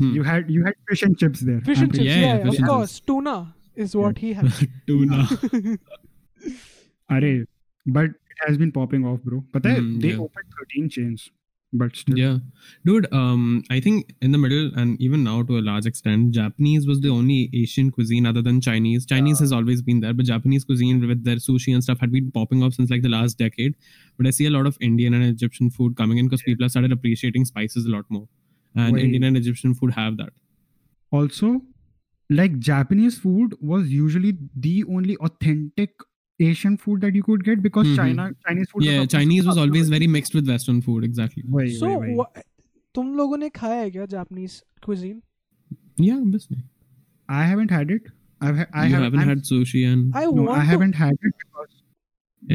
B: You had you had fish and chips there.
A: Fish
B: I'm
A: and
B: pretty-
A: chips
C: Yeah,
A: या
C: yeah, Hmm. fish
A: of
C: and
A: course tuna is what he had
C: Tuna.
B: अरे, but it has been popping off, bro. पता है?
C: Hmm,
B: They
C: yeah.
B: opened 13 chains, but still.
C: yeah. Dude, um, I think in the middle and even now to a large extent, Japanese was the only Asian cuisine other than Chinese. Chinese has always been there, but Japanese cuisine with their sushi and stuff had been popping up since like the last decade. But I see a lot of Indian and Egyptian food coming in because people have started appreciating spices a lot more. and
B: Wait.
C: Indian and Egyptian food have that.
B: also like japanese food was usually the only authentic asian food that you could get because
C: Mhm.
B: china chinese food
C: Yeah, Chinese was always very mixed with Western food. Exactly.
B: very
A: सो तुम लोगों ने खाया है क्या Japanese cuisine
C: Yeah, obviously.
B: i haven't had it i've ha- i
C: you
B: have,
C: haven't
B: I'm-
C: had sushi and
A: I
B: no, i
A: want
B: haven't had it because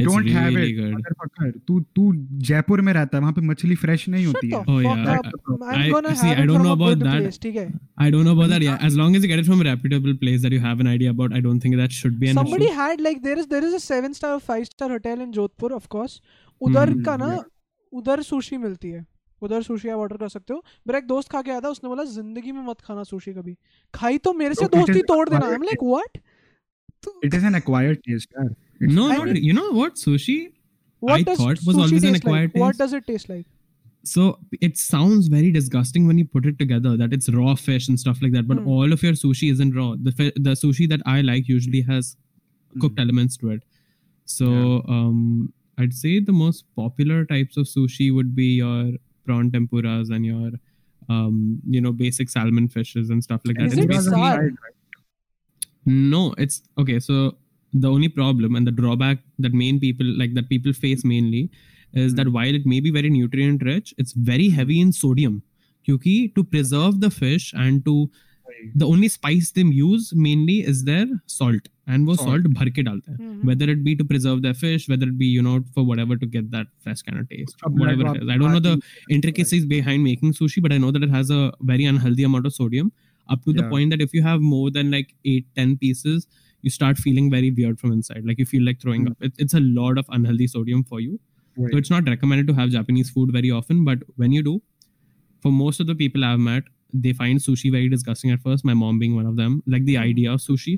C: it's
B: don't
C: really
B: have it
C: good.
B: motherfucker तू तू जयपुर में रहता है वहां पे मछली fresh नहीं होती है
A: Shut
C: Oh,
A: the
C: yeah,
A: fuck
C: I-
A: up.
C: I-
A: I'm gonna
C: see,
A: have
C: I
A: it
C: don't
A: from
C: know
A: a
C: about
A: good
C: that.
A: place, ठीक है?
C: I don't know about that. Yeah, as long as you get it from a reputable place that you have an idea about, I don't think that should be an
A: somebody
C: issue.
A: had like there is there is a seven star five star hotel in Jodhpur of course उधर
C: Hmm,
A: का ना उधर sushi मिलती है उधर sushi आप order कर सकते हो मेरा एक दोस्त खा के आया था उसने बोला जिंदगी में मत खाना सुशी कभी खाई तो मेरे से
B: No, it
A: दोस्ती
B: is
A: तोड़ देना I am
B: acquired
A: like what
B: it is an acquired taste यार It's
C: No,
A: I
C: not,
A: mean-
C: you know what? Sushi. I
A: what does
C: thought it was
A: sushi
C: always an
A: taste
C: acquired
A: like what does
C: taste.
A: It taste like
C: So it sounds very disgusting when you put it together that it's raw fish and stuff like that. But
A: Hmm.
C: all of your sushi isn't raw. The fi- the sushi that I like usually has cooked elements to it. So um, I'd say the most popular types of sushi would be your prawn tempuras and your um, you know basic salmon fishes and stuff like that.
A: Is
C: It's
A: it
C: basically-
A: bizarre?
C: No, it's okay. So the only problem and the drawback that main people like that people face mainly is that while it may be very nutrient rich, it's very heavy in sodium. Because to preserve the fish and to the only spice they use mainly is their salt and वो
B: Salt.
C: salt भर के डालते
A: Hmm,
C: हैं whether it be to preserve their fish whether it be you know for whatever to get that fresh kind of taste whatever it is i don't know the intricacies behind making sushi but i know that it has a very unhealthy amount of sodium up to the
B: Yeah.
C: point that if you have more than like 8 10 pieces you start feeling very weird from inside like you feel like throwing
B: Mm.
C: up it, it's a lot of unhealthy sodium for you so it's not recommended to have japanese food very often but when you do for most of the people i've met they find sushi very disgusting at first my mom being one of them like the
A: Mm.
C: idea of sushi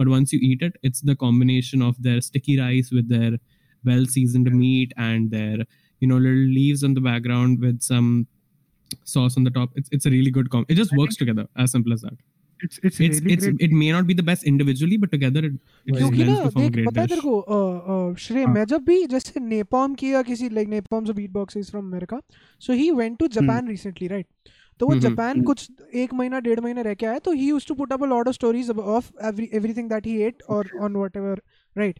C: but once you eat it it's the combination of their sticky rice with their well seasoned meat and their you know little leaves on the background with some sauce on the top it's, it's a really good com it just
B: I
C: works together as simple as that
B: it's it's
C: it's
B: really
C: it's
B: great.
C: it may not be the best individually but together it, it
B: Right.
A: क्योंकि
C: blends
A: ना
C: to form a
A: देख
C: great
A: पता है
C: dish
A: तेरे को अ, अ, श्रेय
B: हाँ।
A: मैं जब भी जैसे नेपाम की या किसी लाइक नेपाम से beat box is from America so he went to Japan recently right तो वो
C: हम्म,
A: जापान कुछ एक महीना डेढ़ महीने रह के आया तो he used to put up a lot of stories of everything that he ate और ऑन व्हाटएवर राइट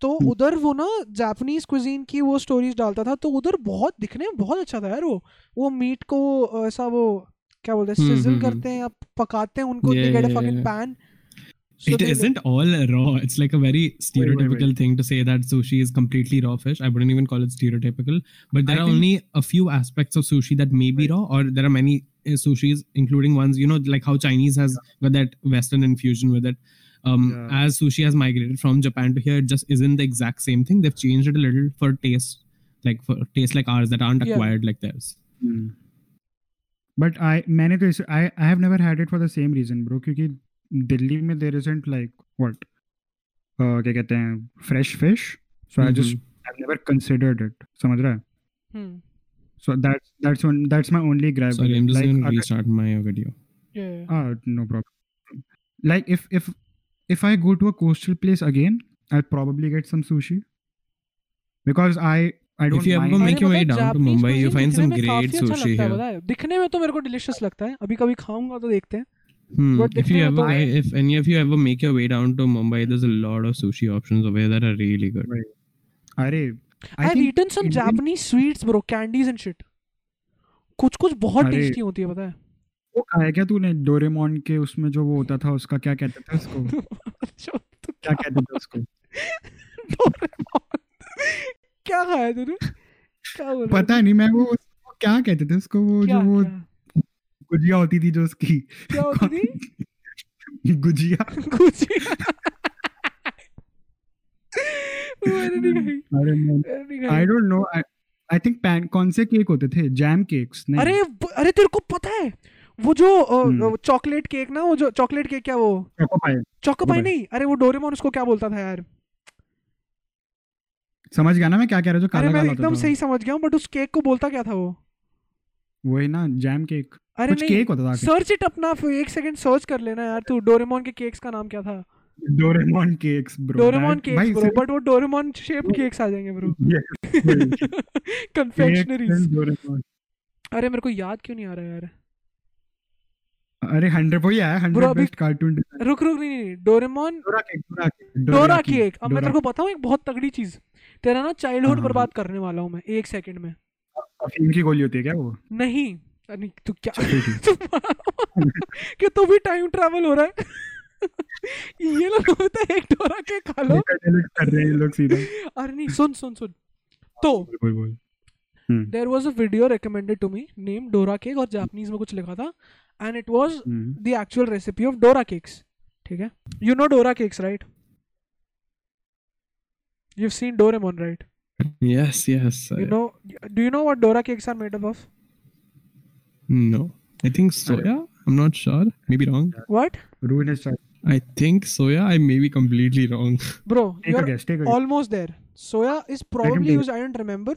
A: तो
C: Hmm.
B: हम्म।
A: उधर वो ना जापानीज क्विजीन की वो स्टोरीज डालता था तो उधर बहुत दिखने में बहुत अच्छा था यार वो वो मीट को अ, ऐसा वो क्या बोलते हैं
C: हम्म,
A: सिजल
C: हम्म, हम्म।
A: करते हैं आप पकाते हैं उनको
C: Yeah,
A: they get a
C: yeah,
A: fucking
C: yeah.
A: Pan
C: it isn't all raw it's like a very
B: wait, wait.
C: stereotypical thing to say that sushi is completely raw fish i wouldn't even call it stereotypical but there
B: I
C: are
B: think-
C: only a few aspects of sushi that may be
B: Right.
C: raw or there are many uh, sushis including ones you know like how chinese has got that western infusion with it um
B: Yeah.
C: as sushi has migrated from japan to here it just isn't the exact same thing they've changed it a little for taste like for taste like ours that aren't
A: Yeah.
C: acquired like theirs
B: but I मैंने तो इस I I have never had it for the same reason bro क्योंकि दिल्ली में there isn't like what क्या कहते हैं fresh fish so I just
C: Mm-hmm.
B: I never considered it समझ रहा है
A: हम्म
B: so that's that's that's my only grab
C: sorry i'm just gonna restart my video
A: या
B: Uh, no problem. Like if if if I go to a coastal place again, I'll probably get some sushi because I I don't
C: you ever
B: mind.
C: make
A: अरे
C: your way
A: पता है,
B: तो
C: down to
A: Japanese
C: Mumbai, you
A: cuisine
C: find
A: दिखने
C: some
A: में
C: great
A: काफी अच्छा लगता
C: sushi
A: है,
C: here.
A: पता है? दिखने में तो मेरे को डिलीशियस लगता है अभी कभी खाऊंगा तो देखते हैं
C: Hmm.
A: But
C: If you
A: दिखने में
C: ever,
A: तो-
C: if any of you ever make your way down to Mumbai, there's a lot of sushi options over there that are really good.
B: Arey, I
A: I
B: think
A: eaten some
B: Indian-
A: Japanese sweets bro candies and shit कुछ कुछ बहुत
B: अरे,
A: tasty होती है पता है
B: वो खाया क्या तूने डोरेमोन के उसमें जो वो होता था उसका क्या कहते थे उसको
A: जो तो
B: क्या कहते थे उसको
A: डोरेमोन। क्या खाया तूने क्या बोल रहा है?
B: पता नहीं मैं वो वो क्या कहते थे उसको वो
A: क्या
B: जो वो
A: क्या?
B: गुजिया होती थी जो उसकी
A: क्या होती थी
B: गुजिया
A: कुछ भी। वो मैंने नहीं खाई
B: अरे मैं
A: मैंने नहीं
B: आई
A: खाई
B: don't know I think pan कौन से केक होते थे जैम केक्स नहीं
A: अरे ब- अरे तेरे को पता है वो जो
B: हम्म।
A: चॉकलेट केक ना वो जो चॉकलेट केक क्या वो
B: choco pie.
A: चॉकोपाई
B: Chocopie.
A: नहीं अरे वो डोरेमोन उसको क्या बोलता था यार
B: समझ गया ना मैं क्या कह रहा हूँ जो
A: अरे
B: काला
A: मैं
B: काला होता
A: एकदम
B: था
A: सही समझ गया हूँ बट उस केक को बोलता क्या था वो
B: वही ना जैम केक
A: अरे
B: कुछ
A: नहीं
B: केक होता था
A: सर्च इट अपना फिर एक सेकंड सर्च कर लेना यार तू डोरेमोन के केक्स का नाम क्या था
B: Doraemon cakes bro
A: Doraemon cakes bro but वो डोरेमोन शेप्ड केक्स आ जाएंगे ब्रो कन्फेक्शनरीज अरे मेरे को याद क्यों नहीं आ रहा यार
B: अरे हंड्रेड वो ही आया
A: Bro,
B: हंड्रेड
A: अभी-
B: बेस्ट कार्टून
A: रुक रुक नहीं, नहीं नहीं, Doraemon
B: Dora cake Dora cake
A: Dora cake अब मैं तो
B: डोरा
A: तेरे को बताऊं एक बहुत तगड़ी चीज तेरा ना चाइल्डहुड
B: हाँ।
A: बर्बाद करने वाला हूं मैं एक सेकंड में
B: अफीम की गोली होती है क्या वो
A: नहीं अरे तू क्या
B: ठीक है।
A: कि तू भी टाइम ट्रैवल हो रहा है ये लोग बोलते हैं, एक डोरा के खा लो
B: Delete- delete कर रहे हैं ये लोग सीधा
A: अरे नहीं सुन सुन सुन तो
B: बोल बोल बोल
A: there was a video recommended to me name Dora cake और जापनीज में कुछ लिखा था एंड इट वॉज
B: हम्म,
A: the actual recipe of Dora cakes ठीक है you know Dora cakes right you've seen doraemon right
C: Yes, yes.
A: you know do you know what dora cakes are made up of
C: No, I think soya. I'm not sure. Maybe wrong.
A: what
B: Ruin is trying-
C: I think soya. I may be completely wrong.
A: bro
B: Take a
A: you're
B: guess. Take a guess.
A: almost there soya is probably
B: take
A: used i don't remember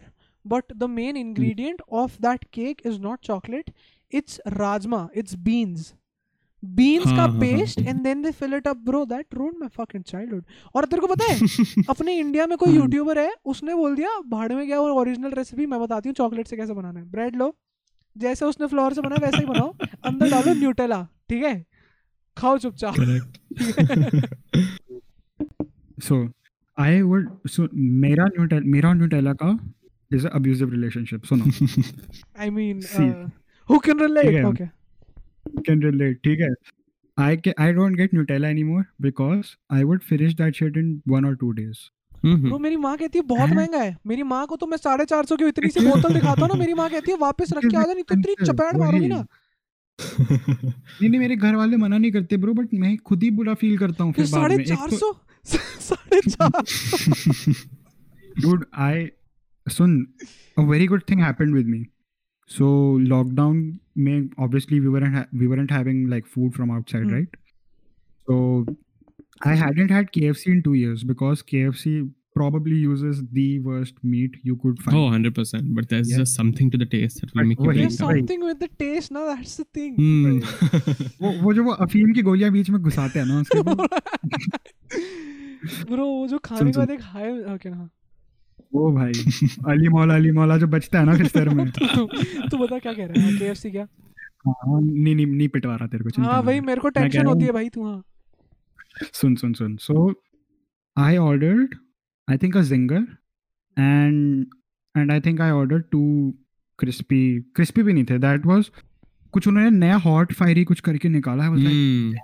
A: but the main ingredient of that cake is not chocolate it's rajma it's beans beans
C: हाँ,
A: का
B: Hmm,
C: हाँ, हाँ.
A: paste and then they fill it up bro that ruined my fucking childhood और तेरे को पता है अपने इंडिया में
B: Hmm.
A: कोई यूट्यूबर है उसने बोल दिया भाड़ में क्या और ओरिजिनल रेसिपी मैं बताती हूँ चॉकलेट से कैसे बनाना है ब्रेड लो जैसे उसने फ्लोर से बनाया वैसे ही बनाओ अंदर डालो न्यूटेला ठीक है खाओ चुपचाप
C: Correct.
B: So I would. So मेरा Nutella, मेरा Nutella का is an abusive relationship. So no,
A: I mean
B: See.
A: Who can
B: ठीक
A: रिलेट
B: है।
A: Okay
B: can relate. ठीक है. I ca I don't get Nutella anymore because I would finish that shit in one or two days.
A: Bro
C: Mhm.
A: मेरी माँ कहती है बहुत
B: हैं?
A: महंगा है मेरी माँ को तो मैं साढ़े चार सौ की इतनी सी बोतल दिखाता हूँ ना मेरी माँ कहती है वापस रख के आ जा नहीं तो इतनी
B: Expensive,
A: चपेट
B: अच्छा,
A: मारूंगी
B: वही।
A: ना
B: नहीं नहीं मेरे घर वाले मना नहीं करते ब्रो बट मैं खुद ही बुरा फील करता हूँ
A: फिर
B: फिर बाद
A: साढ़े
B: में तो
A: चार सौ साढ़े चार
B: dude i sun a very good thing happened with me so lockdown में obviously we weren't ha- we weren't having like food from outside
A: Hmm.
B: right so i hadn't had kfc in 2 years because kfc probably uses the worst meat you could find
C: Oh, 100%. But there's
B: Yeah.
C: just something to the taste that will
B: But
C: make you
B: वही-
C: break
A: there's
B: वही-
C: down.
A: something with the taste ना that's the thing
C: Hmm.
B: वो वो जो वो अफीम की गोलियां बीच में घुसाते हैं ना उसके बाद
A: ब्रो वो जो खाने
B: हम्म। सुन,
A: के बाद एक हाय ओके हाँ। ना
B: वो भाई अली मौला अली मौला जो बचता है ना फिर सर में
A: तू तू बता क्या कह रहा है केएफसी क्या
B: हाँ, नहीं नहीं नहीं पिटवा रहा तेरे को चिंता
A: हाँ
B: मत
A: भाई
B: कर।
A: मेरे को
B: कह
A: टेंशन
B: रहा
A: होती
B: हूँ-
A: है भाई तू हाँ
B: Sun, sun, sun. So I ordered, I think a zinger, and and I think I ordered two crispy crispy भी नहीं थे. That was कुछ उन्होंने नया hot fiery कुछ करके निकाला है. I was like
C: Hmm.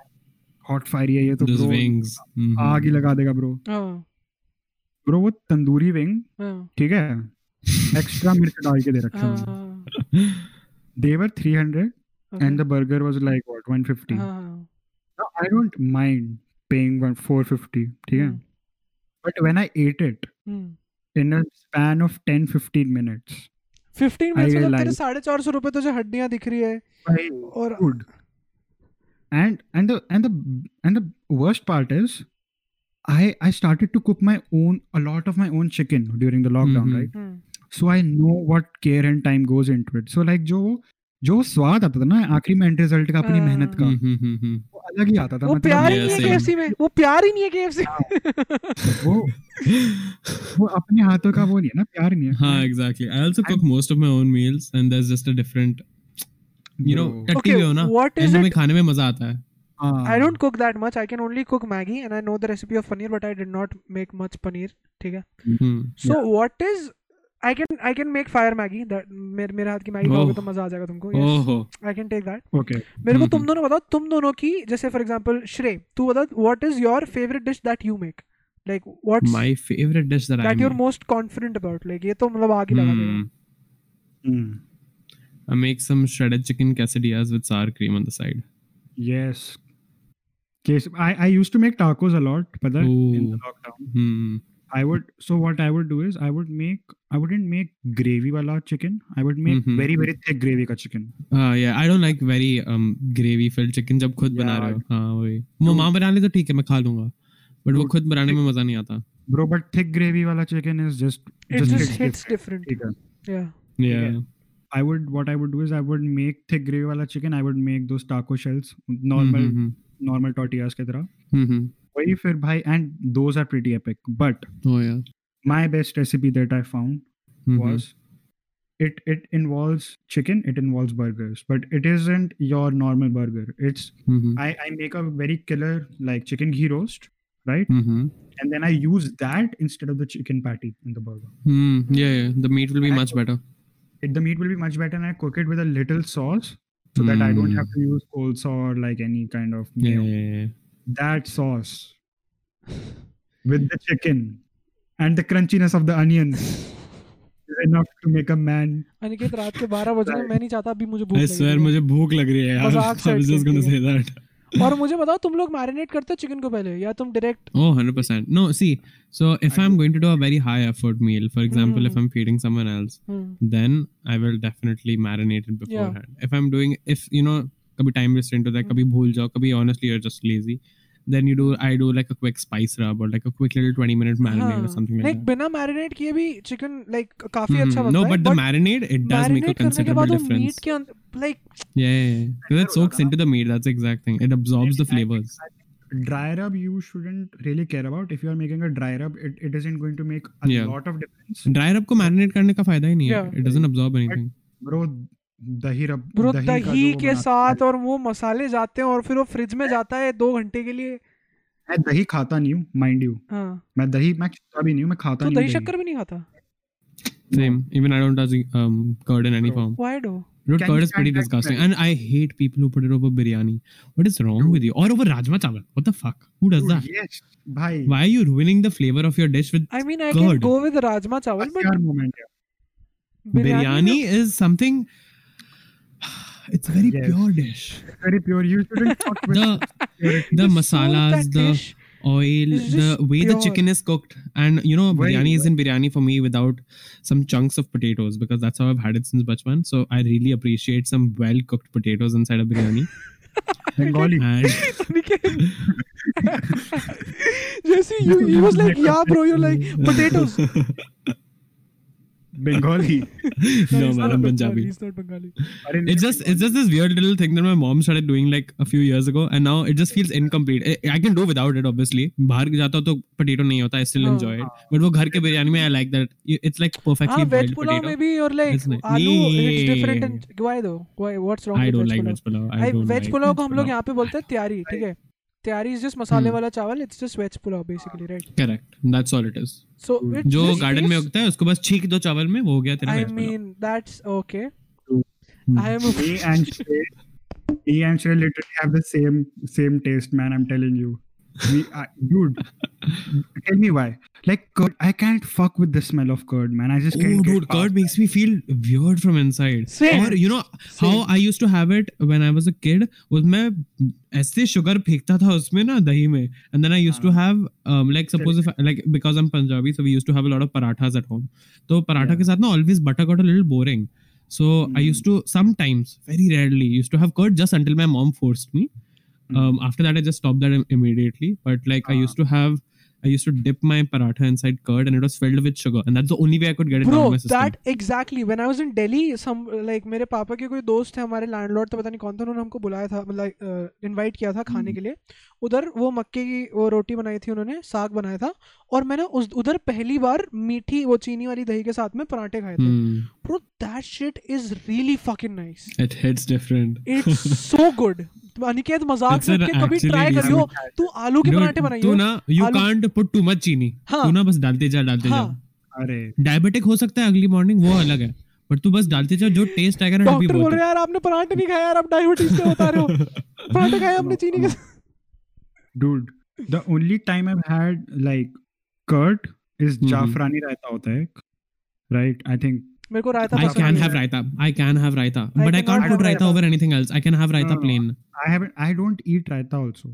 B: hot fiery है ये तो
C: Those
B: bro
C: wings. Mhm.
B: आग ही लगा देगा bro.
A: हाँ
B: Bro वो तंदूरी wing
A: हाँ
B: ठीक है. Extra मिर्च डाल के दे रखी
A: हाँ
B: है. They were 300
A: okay,
B: and the burger was like what 150.
A: हाँ, हाँ,
B: Now, I don't mind paying one 450 ठीक है.
A: हम्म,
B: But when I ate it
A: hmm.
B: in a span of 10-15 minutes.
A: 15 minutes
B: I
A: मतलब तेरे
B: realize-
A: साढ़े चार सौ रुपए तुझे हड्डियां दिख रही है
B: by
A: और
B: food. And and the and the and the worst part is, I I started to cook my own a lot of my own chicken during the lockdown,
C: Mhm.
B: right?
A: Hmm,
B: So I know what care and time goes into it. So like जो जो स्वाद आता था ना आखिरी में end result का अपनी
A: हाँ।
B: मेहनत का
C: Mhm, mhm, mhm.
B: वो अलग ही आता था
A: वो प्यार ही
C: Yeah,
A: नहीं है
C: same.
A: केएफसी में वो प्यार ही नहीं है केएफसी
B: वो
C: mm-hmm.
B: वो अपने हाथों का वो नहीं है ना प्यार नहीं है
C: Huh, exactly. I also cook most of my own meals, and there's just a different, you know,
B: Bro.
C: टट्टी
A: Okay,
C: भी हो ना,
A: what
C: and
A: is
C: हमें
A: it?
C: खाने में मजा आता है.
B: हाँ,
A: I don't cook that much I can only cook Maggi and I know the recipe of paneer but I did not make much paneer ठीक है
C: Hmm.
A: So what is I can I can make fire Maggi मेरे मेरे हाथ की Maggi
C: Oh.
A: खाओगे तो मजा आ जाएगा तुमको
C: Oh,
A: I can take that
B: okay
A: मेरे को तुम
C: हम्म।
A: दोनों बताओ तुम दोनों की जैसे फॉर एग्जांपल श्रेय तू बता what is your favourite dish that you make like what's
C: my favorite dish that I
A: that you are
C: make.
A: Most confident about like ये तो मतलब आगे लगा
C: Hmm.
A: देगा
B: Hmm.
C: I make some shredded chicken quesadillas with sour cream on the side.
B: yes Case- I I used to make tacos a lot but in the
C: Ooh.
B: lockdown
C: Hmm.
B: I would so what I would do is I would make I wouldn't make gravy wala chicken. I would make
C: Mhm.
B: very very thick gravy ka chicken.
C: Uh, yeah, I don't like very um gravy filled chicken जब खुद बना रहे हो. हाँ वही. वो माँ बना ले तो ठीक है मैं खा लूंगा. But वो
B: Dude,
C: खुद बनाने में मजा नहीं आता.
B: Bro, but thick gravy wala chicken is just
A: it
B: just
A: just
B: hits
A: hits different
B: different. ठीक है.
A: या
C: Yeah.
B: I would what I would do is I would make thick gravy wala chicken. I would make those taco shells normal
C: Hmm.
B: normal tortillas ki tarah.
C: hmm, hmm.
B: वही फिर भाई and those are pretty epic. But
C: Oh yeah.
B: my best recipe that I found
C: Mhm.
B: was it it involves chicken it involves burgers but it isn't your normal burger it's
C: Mm-hmm.
B: i i make a very killer like chicken ghee roast right
C: Mm-hmm.
B: and then i use that instead of the chicken patty in the burger
C: Mm, yeah, yeah, the meat will be much better.
B: it, the meat will be much better and i cook it with a little sauce so that i don't have
C: Mm.
B: to use coleslaw or like any kind of
C: Yeah,
B: mayo.
C: yeah, yeah.
B: that sauce with the chicken and the crunchiness of the onions is enough to make a man
A: Aniket तो रात के 12 बज रहे हैं, मैं नहीं चाहता अभी मुझे भूख
C: I
A: लगी
C: swear,
A: है।
C: मुझे भूख लग रही है यार.
A: मजाक से
C: I was just gonna
A: हटके
C: say that.
A: और मुझे बताओ तुम लोग मैरिनेट करते हो चिकन को पहले या तुम direct
C: Oh, 100%. No, see, so if
B: I
C: I'm going to do a very high effort meal, for example, if
A: Mm.
C: I'm feeding someone else,
B: hmm.
C: then I will definitely marinate it beforehand. If I'm doing, if you know, kabhi time restraint to that, kabhi
A: Hmm.
C: bhul jao, kabhi honestly you're just lazy, then you do, I do like a quick spice rub or like a quick little 20 minute marinade or something like
A: like
C: that.
A: हाँ। बिना marinate किए भी chicken like काफी
C: Mhm.
A: अच्छा बनता
C: no,
A: है
C: but the marinade it does make a
A: marinate करने के
C: considerable
A: बाद वो मीट
C: difference.
A: के अंदर like
C: Yeah, yeah, yeah. 'Cause it soaks into the meat. That's the exact thing. It absorbs the
B: I think-
C: flavors.
B: I think dry rub you shouldn't really care about if you are making a dry rub it, it isn't going to make a
C: Yeah.
B: lot of difference
C: Dry rub को marinate करने का फायदा ही नहीं है.
A: Yeah.
C: It doesn't absorb anything.
B: bro dahi rub
A: bro
B: dahi का
A: दही
B: जो वो
A: के
B: बनाते
A: साथ और वो मसाले जाते हैं और फिर वो फ्रिज में जाता है दो घंटे के लिए
B: हैं, मैं दही खाता नहीं हूँ माइंड यू
A: हाँ
B: मैं दही मैं खाता भी नहीं हूँ मैं खाता
A: तो
B: नहीं
A: दही
B: हूँ
A: शक्कर भी नहीं खाता
B: No.
C: Same. Even I don't touch um, curd in any
B: Bro.
C: form.
A: Why do
C: Dude,
B: Can
C: curd
B: you
C: is pretty
B: stand that
C: disgusting,
B: smell?
C: and I hate people who put it over biryani. What is wrong with you? Or over rajma chawal? What the fuck? Who does
B: Dude,
C: that?
B: yes bhai
C: Why are you ruining the flavor of your dish with
A: I mean I can
C: Curd.
A: Go with rajma chawal
B: that's
A: but
B: your moment yeah.
C: biryani? Is something. It's a very
B: Yes.
C: pure dish.
B: It's very pure you shouldn't fuck with
C: The
B: purity.
C: the masalas, the oil,
A: is
C: the
A: just
C: way the
A: pure.
C: chicken is cooked, and you know
B: Very
C: biryani isn't biryani for me without some chunks of potatoes because that's how I've had it since bachpan. So I really appreciate some well cooked potatoes inside a biryani.
B: Bengali
C: and
A: जैसे you he was like या bro you like potatoes
B: Bengali
C: no man, I'm Punjabi.
A: Is not Bengali
B: Are in
C: It's just it's just this weird little thing that my mom started doing like a few years ago, and now it just feels incomplete. I, I can do without it, obviously. बाहर जाता हूँ तो potato नहीं होता. I still
A: हाँ,
C: enjoy it. But वो घर के बिरयानी में I like that. It's like
A: हां
C: perfectly
A: veg
C: boiled
A: pulao
C: potato.
A: हाँ, में भी और
C: It's
A: लाइक
C: nice.
A: आलू it's
C: Yeah.
A: Different and why दो why what's wrong
C: I don't
A: with
C: like
A: veg
C: veg pulao. I
A: I
C: don't
A: veg
C: like
A: pulao
C: veg
A: को हम लोग
C: pulao. Hmm.
A: यहाँ पे बोलते हैं त्यारी ठीक है त्यारी इज जस्ट मसाले
C: हम्म।
A: वाला चावल it's just veg pulao basically right
C: Correct. That's all it is.
A: So
C: Hmm. जो गार्डन में उगता है उसको बस छीक दो चावल में वो हो गया तेरा
A: I
C: veg pulao.
A: Mean that's okay
C: Hmm.
A: I am
B: me and Shay, me and Shay literally have the same same taste, man. I'm telling you, we, I, dude. tell me why? Like curd, I can't fuck with the smell of curd, man. I just can't.
C: Oh,
B: get
C: dude,
B: past
C: curd makes me feel weird from inside.
A: हाँ। Same.
C: Or you know how I used to have it when I was a kid was मैं ऐसे sugar फेंकता था उसमें ना दही में and then I used
B: हाँ।
C: to have um, like suppose if I, like because I'm Punjabi so we used to have a lot of parathas at home तो पराठा
B: Yeah. Hmm.
C: के साथ ना always butter got a little boring so I used to sometimes very rarely used to have curd just until my mom forced me um, after that I just stopped that im- immediately but like I
B: Hmm. Ah.
C: used to have I used to dip my paratha inside curd and it was filled with sugar and that's the only way I could get it out of
A: bro
C: my system.
A: That exactly when I was in Delhi some like मेरे पापा के कोई दोस्त है हमारे landlord तो पता नहीं कौन था उन्होंने हमको बुलाया था मतलब इनवाइट किया था खाने
C: Hmm.
A: के लिए उधर वो मक्के की वो रोटी बनाई थी उन्होंने साग बनाया था और मैंने उस उधर पहली बार मीठी वो चीनी वाली दही के साथ में पराठे खाए थे
C: Hmm.
A: Bro that shit is really fucking nice
C: It hits different.
A: It's so good Aniket मजाक
C: It's an
A: से के कभी
C: actually
A: ट्राई
C: decent-
A: करियो तू आलू के पराठे
C: तू
A: बनाइयो
C: ना you
A: आलू-
C: can't put too much चीनी
A: हाँ।
C: तू ना बस डालते जा डालते जा
A: हाँ।
B: अरे
C: डायबिटिक हो सकता है अगली मॉर्निंग वो अलग है पर तू बस डालते जा जो टेस्ट आएगा ना happy
A: डॉक्टर बोल
C: बहुत
A: रहे यार आपने पराठे नहीं खाया यार आप डायबिटीज से बता रहे हो पराठे खाए आपने चीनी के साथ
B: dude, the only time I've had like curd is
C: Mhm.
B: jafrani raita hota hai, right? I think
A: मेरे को रायता
C: है। I
A: पसंद
C: can
A: नहीं
C: have
A: है।
C: raita. I can have raita. But I
A: cannot
C: can't put
A: have हाँ।
C: raita
A: raita.
C: over anything else. I can have raita
B: No, no.
C: plain.
B: I haven't. I don't eat raita also.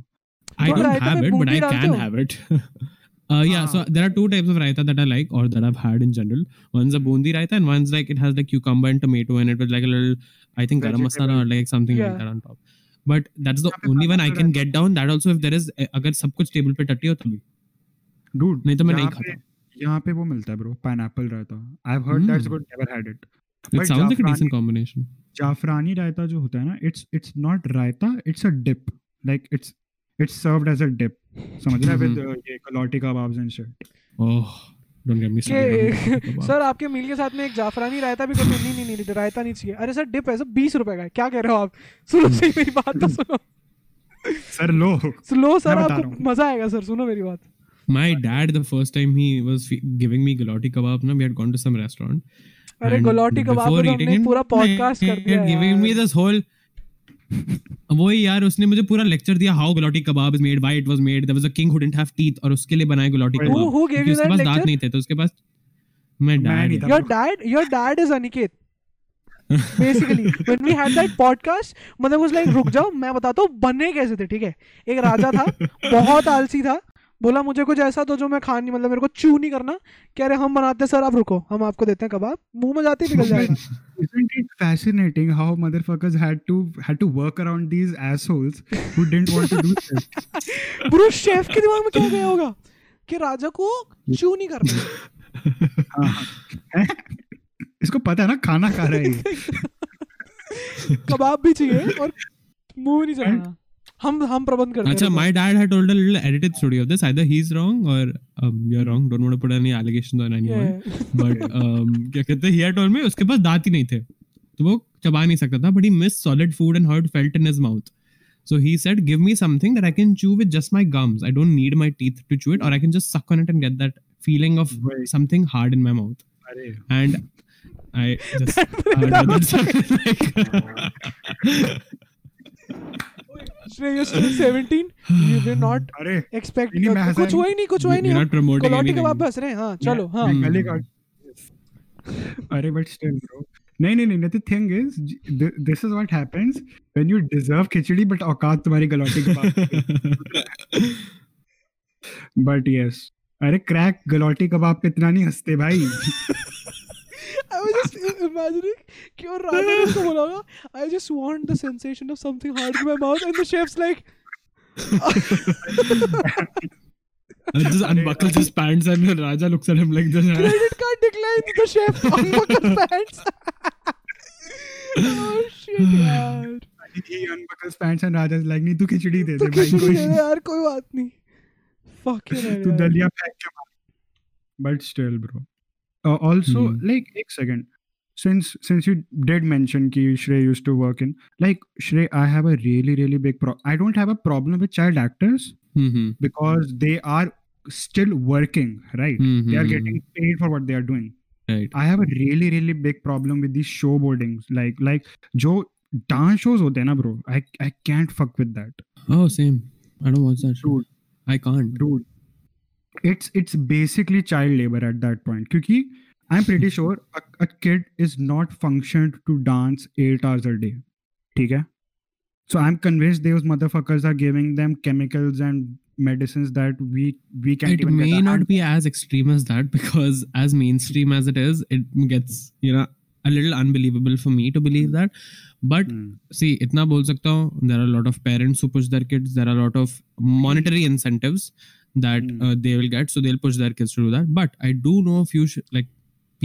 C: I
A: But
C: don't
A: raita
C: have
A: में
C: it, but I
A: Bundi डालते
C: can
A: हो?
C: have it. Uh, yeah, so
B: Ah.
C: there are two types of raita that I like or that I've had in general. One's a bundi raita and one's like it has like cucumber and tomato and it was like a little, I think garam masala or
B: Vegetable.
C: like something like
A: Yeah.
C: that on top. But that's the
B: यहाँ पे
C: only one I
B: palak
C: can
B: raita.
C: get down. That also if there is, eh, अगर सब कुछ table पे टटी हो तभी
B: Dude,
C: नहीं तो मैं नहीं
B: यहाँ
C: खाता
B: पे- यहाँ पे वो मिलता है bro, pineapple raita. I've heard that's
C: Mm.
B: good. Never had it.
C: It
B: but
C: sounds like a decent
B: Jafrani-
C: combination.
B: Jafrani रायता जो होता है ना it's it's not raita it's a dip like it's
C: Hmm.
B: uh, it's served as a dip समझ रहा है with ये galouti kebabs and shit
C: Oh, don't get me started. on
A: के-
C: kebab.
A: Sir आपके मील के साथ में एक जाफरानी रायता भी कर दो नहीं नहीं नहीं नहीं, रायता नहीं चाहिए अरे सर डिप है सर बीस रुपए का है क्या कह रहे हो आप सुनो सही मेरी बात तो सुनो
B: सर लो
A: स्लो सर
B: बता रहा
A: आपको
B: हूँ।
A: मजा आएगा सर सुनो मेरी बात
C: My dad, the first time he was fe- giving me gulati kebab, na, we had gone to some restaurant.
A: अरे
C: and
A: गुलाटी कबाब को
C: before
A: तो
C: eating
A: हमने
C: it,
A: पूरा पॉडकास्ट कर दिया
C: you're giving me
A: यार।
C: this whole वही यार उसने मुझे पूरा लेक्चर दिया how galouti kebab is made why it was made there was a king who didn't have teeth और उसके लिए बनाए Gulati
B: Who-
C: kebab
A: who gave
C: क्योंकि
A: you
C: उसके
A: that
C: पास दांत
A: lecture?
C: नहीं थे तो उसके पास मैं
B: मैं
C: dad
B: नहीं
C: यार।
B: था।
A: your dad your dad is aniket basically when we had that podcast मतलब was like रुक जाओ मैं बताता हूँ बने कैसे थे ठीक है एक राजा था बहुत आलसी था बोला मुझे कुछ ऐसा तो जो मैं खा नहीं मतलब मेरे को चू नहीं करना कह रहे हम बनाते हैं सर आप रुको हम आपको देते हैं कबाब मुंह में जाते ही निकल जाएगा
B: Isn't it fascinating how motherfuckers had to had to work around these assholes who didn't want to do this?
A: Bro chef के दिमाग में क्या गया होगा कि राजा को चू नहीं करना
B: हाँ। इसको पता है ना खाना खा रहा है ये।
A: कबाब भी चाहिए और मुंह नहीं चढ़ना हम हम प्रबंध करते हैं,
C: अच्छा
A: रुको।
C: my dad had told a little edited story of this either he's wrong or um, you're wrong don't want to put any allegations on anyone
A: Yeah.
C: But um, क्या कहते हैं हेयर टॉल में उसके पास दांत ही नहीं थे तो वो चबा नहीं सकता था but he miss solid food and hard felt in his mouth so he said give me something that I can chew with just my gums I don't need my teeth to chew it और I can just suck on it and get that feeling of
B: Right.
C: Something hard in my mouth and I just
A: That was like- Shrey, you're still 17. You did not
B: अरे
A: expect.
B: नहीं, मैं
A: uh, कुछ
B: हंसा नहीं।
A: हुआ ही नहीं कुछ हुआ ही नहीं
C: नॉट
A: हम
C: प्रमोटिंग
A: गुलाटी
C: एनीथिंग
A: कबाब पे हंस रहे हैं हाँ चलो हाँ
C: Hmm.
B: गली का अरे बट स्टिल ब्रो नहीं नहीं नहीं the thing is this is what happens when you deserve khichdi but औकात तुम्हारी गलौटी के पास बट यस अरे क्रैक गलौटी कबाब पे इतना नहीं हंसते भाई
A: I was just imagining कि और राजा ने उसको बोला होगा I just want the sensation of something hard in my mouth and the chef's like
C: just unbuckles his pants and Raja looks at him like this.
A: credit card declines the chef unbuckles pants oh shit यार
B: he unbuckles pants and Raja's like नहीं तू खिचड़ी दे
A: तो
B: दे भाई
A: खिचड़ी
B: कोई
A: दे दे यार कोई बात नहीं fucking hell
B: तू
A: यार।
B: दलिया फेंक के मार but still bro also
C: Hmm.
B: Like एक second since since you did mention ki Shrey used to work in like Shrey I have a really really big pro I don't have a problem with child actors
C: mm-hmm.
B: because they are still working right they are
C: Mhm.
B: getting paid for what they are doing
C: Right.
B: I have a really really big problem with these showboatings like like जो dance shows होते हैं ना bro I I can't fuck with that
C: Oh, same. I don't watch that. Show.
B: Dude.
C: I can't.
B: dude it's it's basically child labor at that point kyunki i'm pretty sure a, a kid is not functioned to dance 8 hours a day theek hai so i'm convinced those motherfuckers are giving them chemicals and medicines that we we can't
C: It
B: even
C: may
B: get our
C: not
B: hand-
C: be as extreme as that because, as mainstream as it is, it gets you know a little unbelievable for me to believe that. But
B: Hmm.
C: see, itna bol sakta hu, There are a lot of parents who push their kids. There are a lot of monetary incentives that
B: Hmm.
C: uh, they will get, so they'll push their kids to do that. But I do know a few sh- like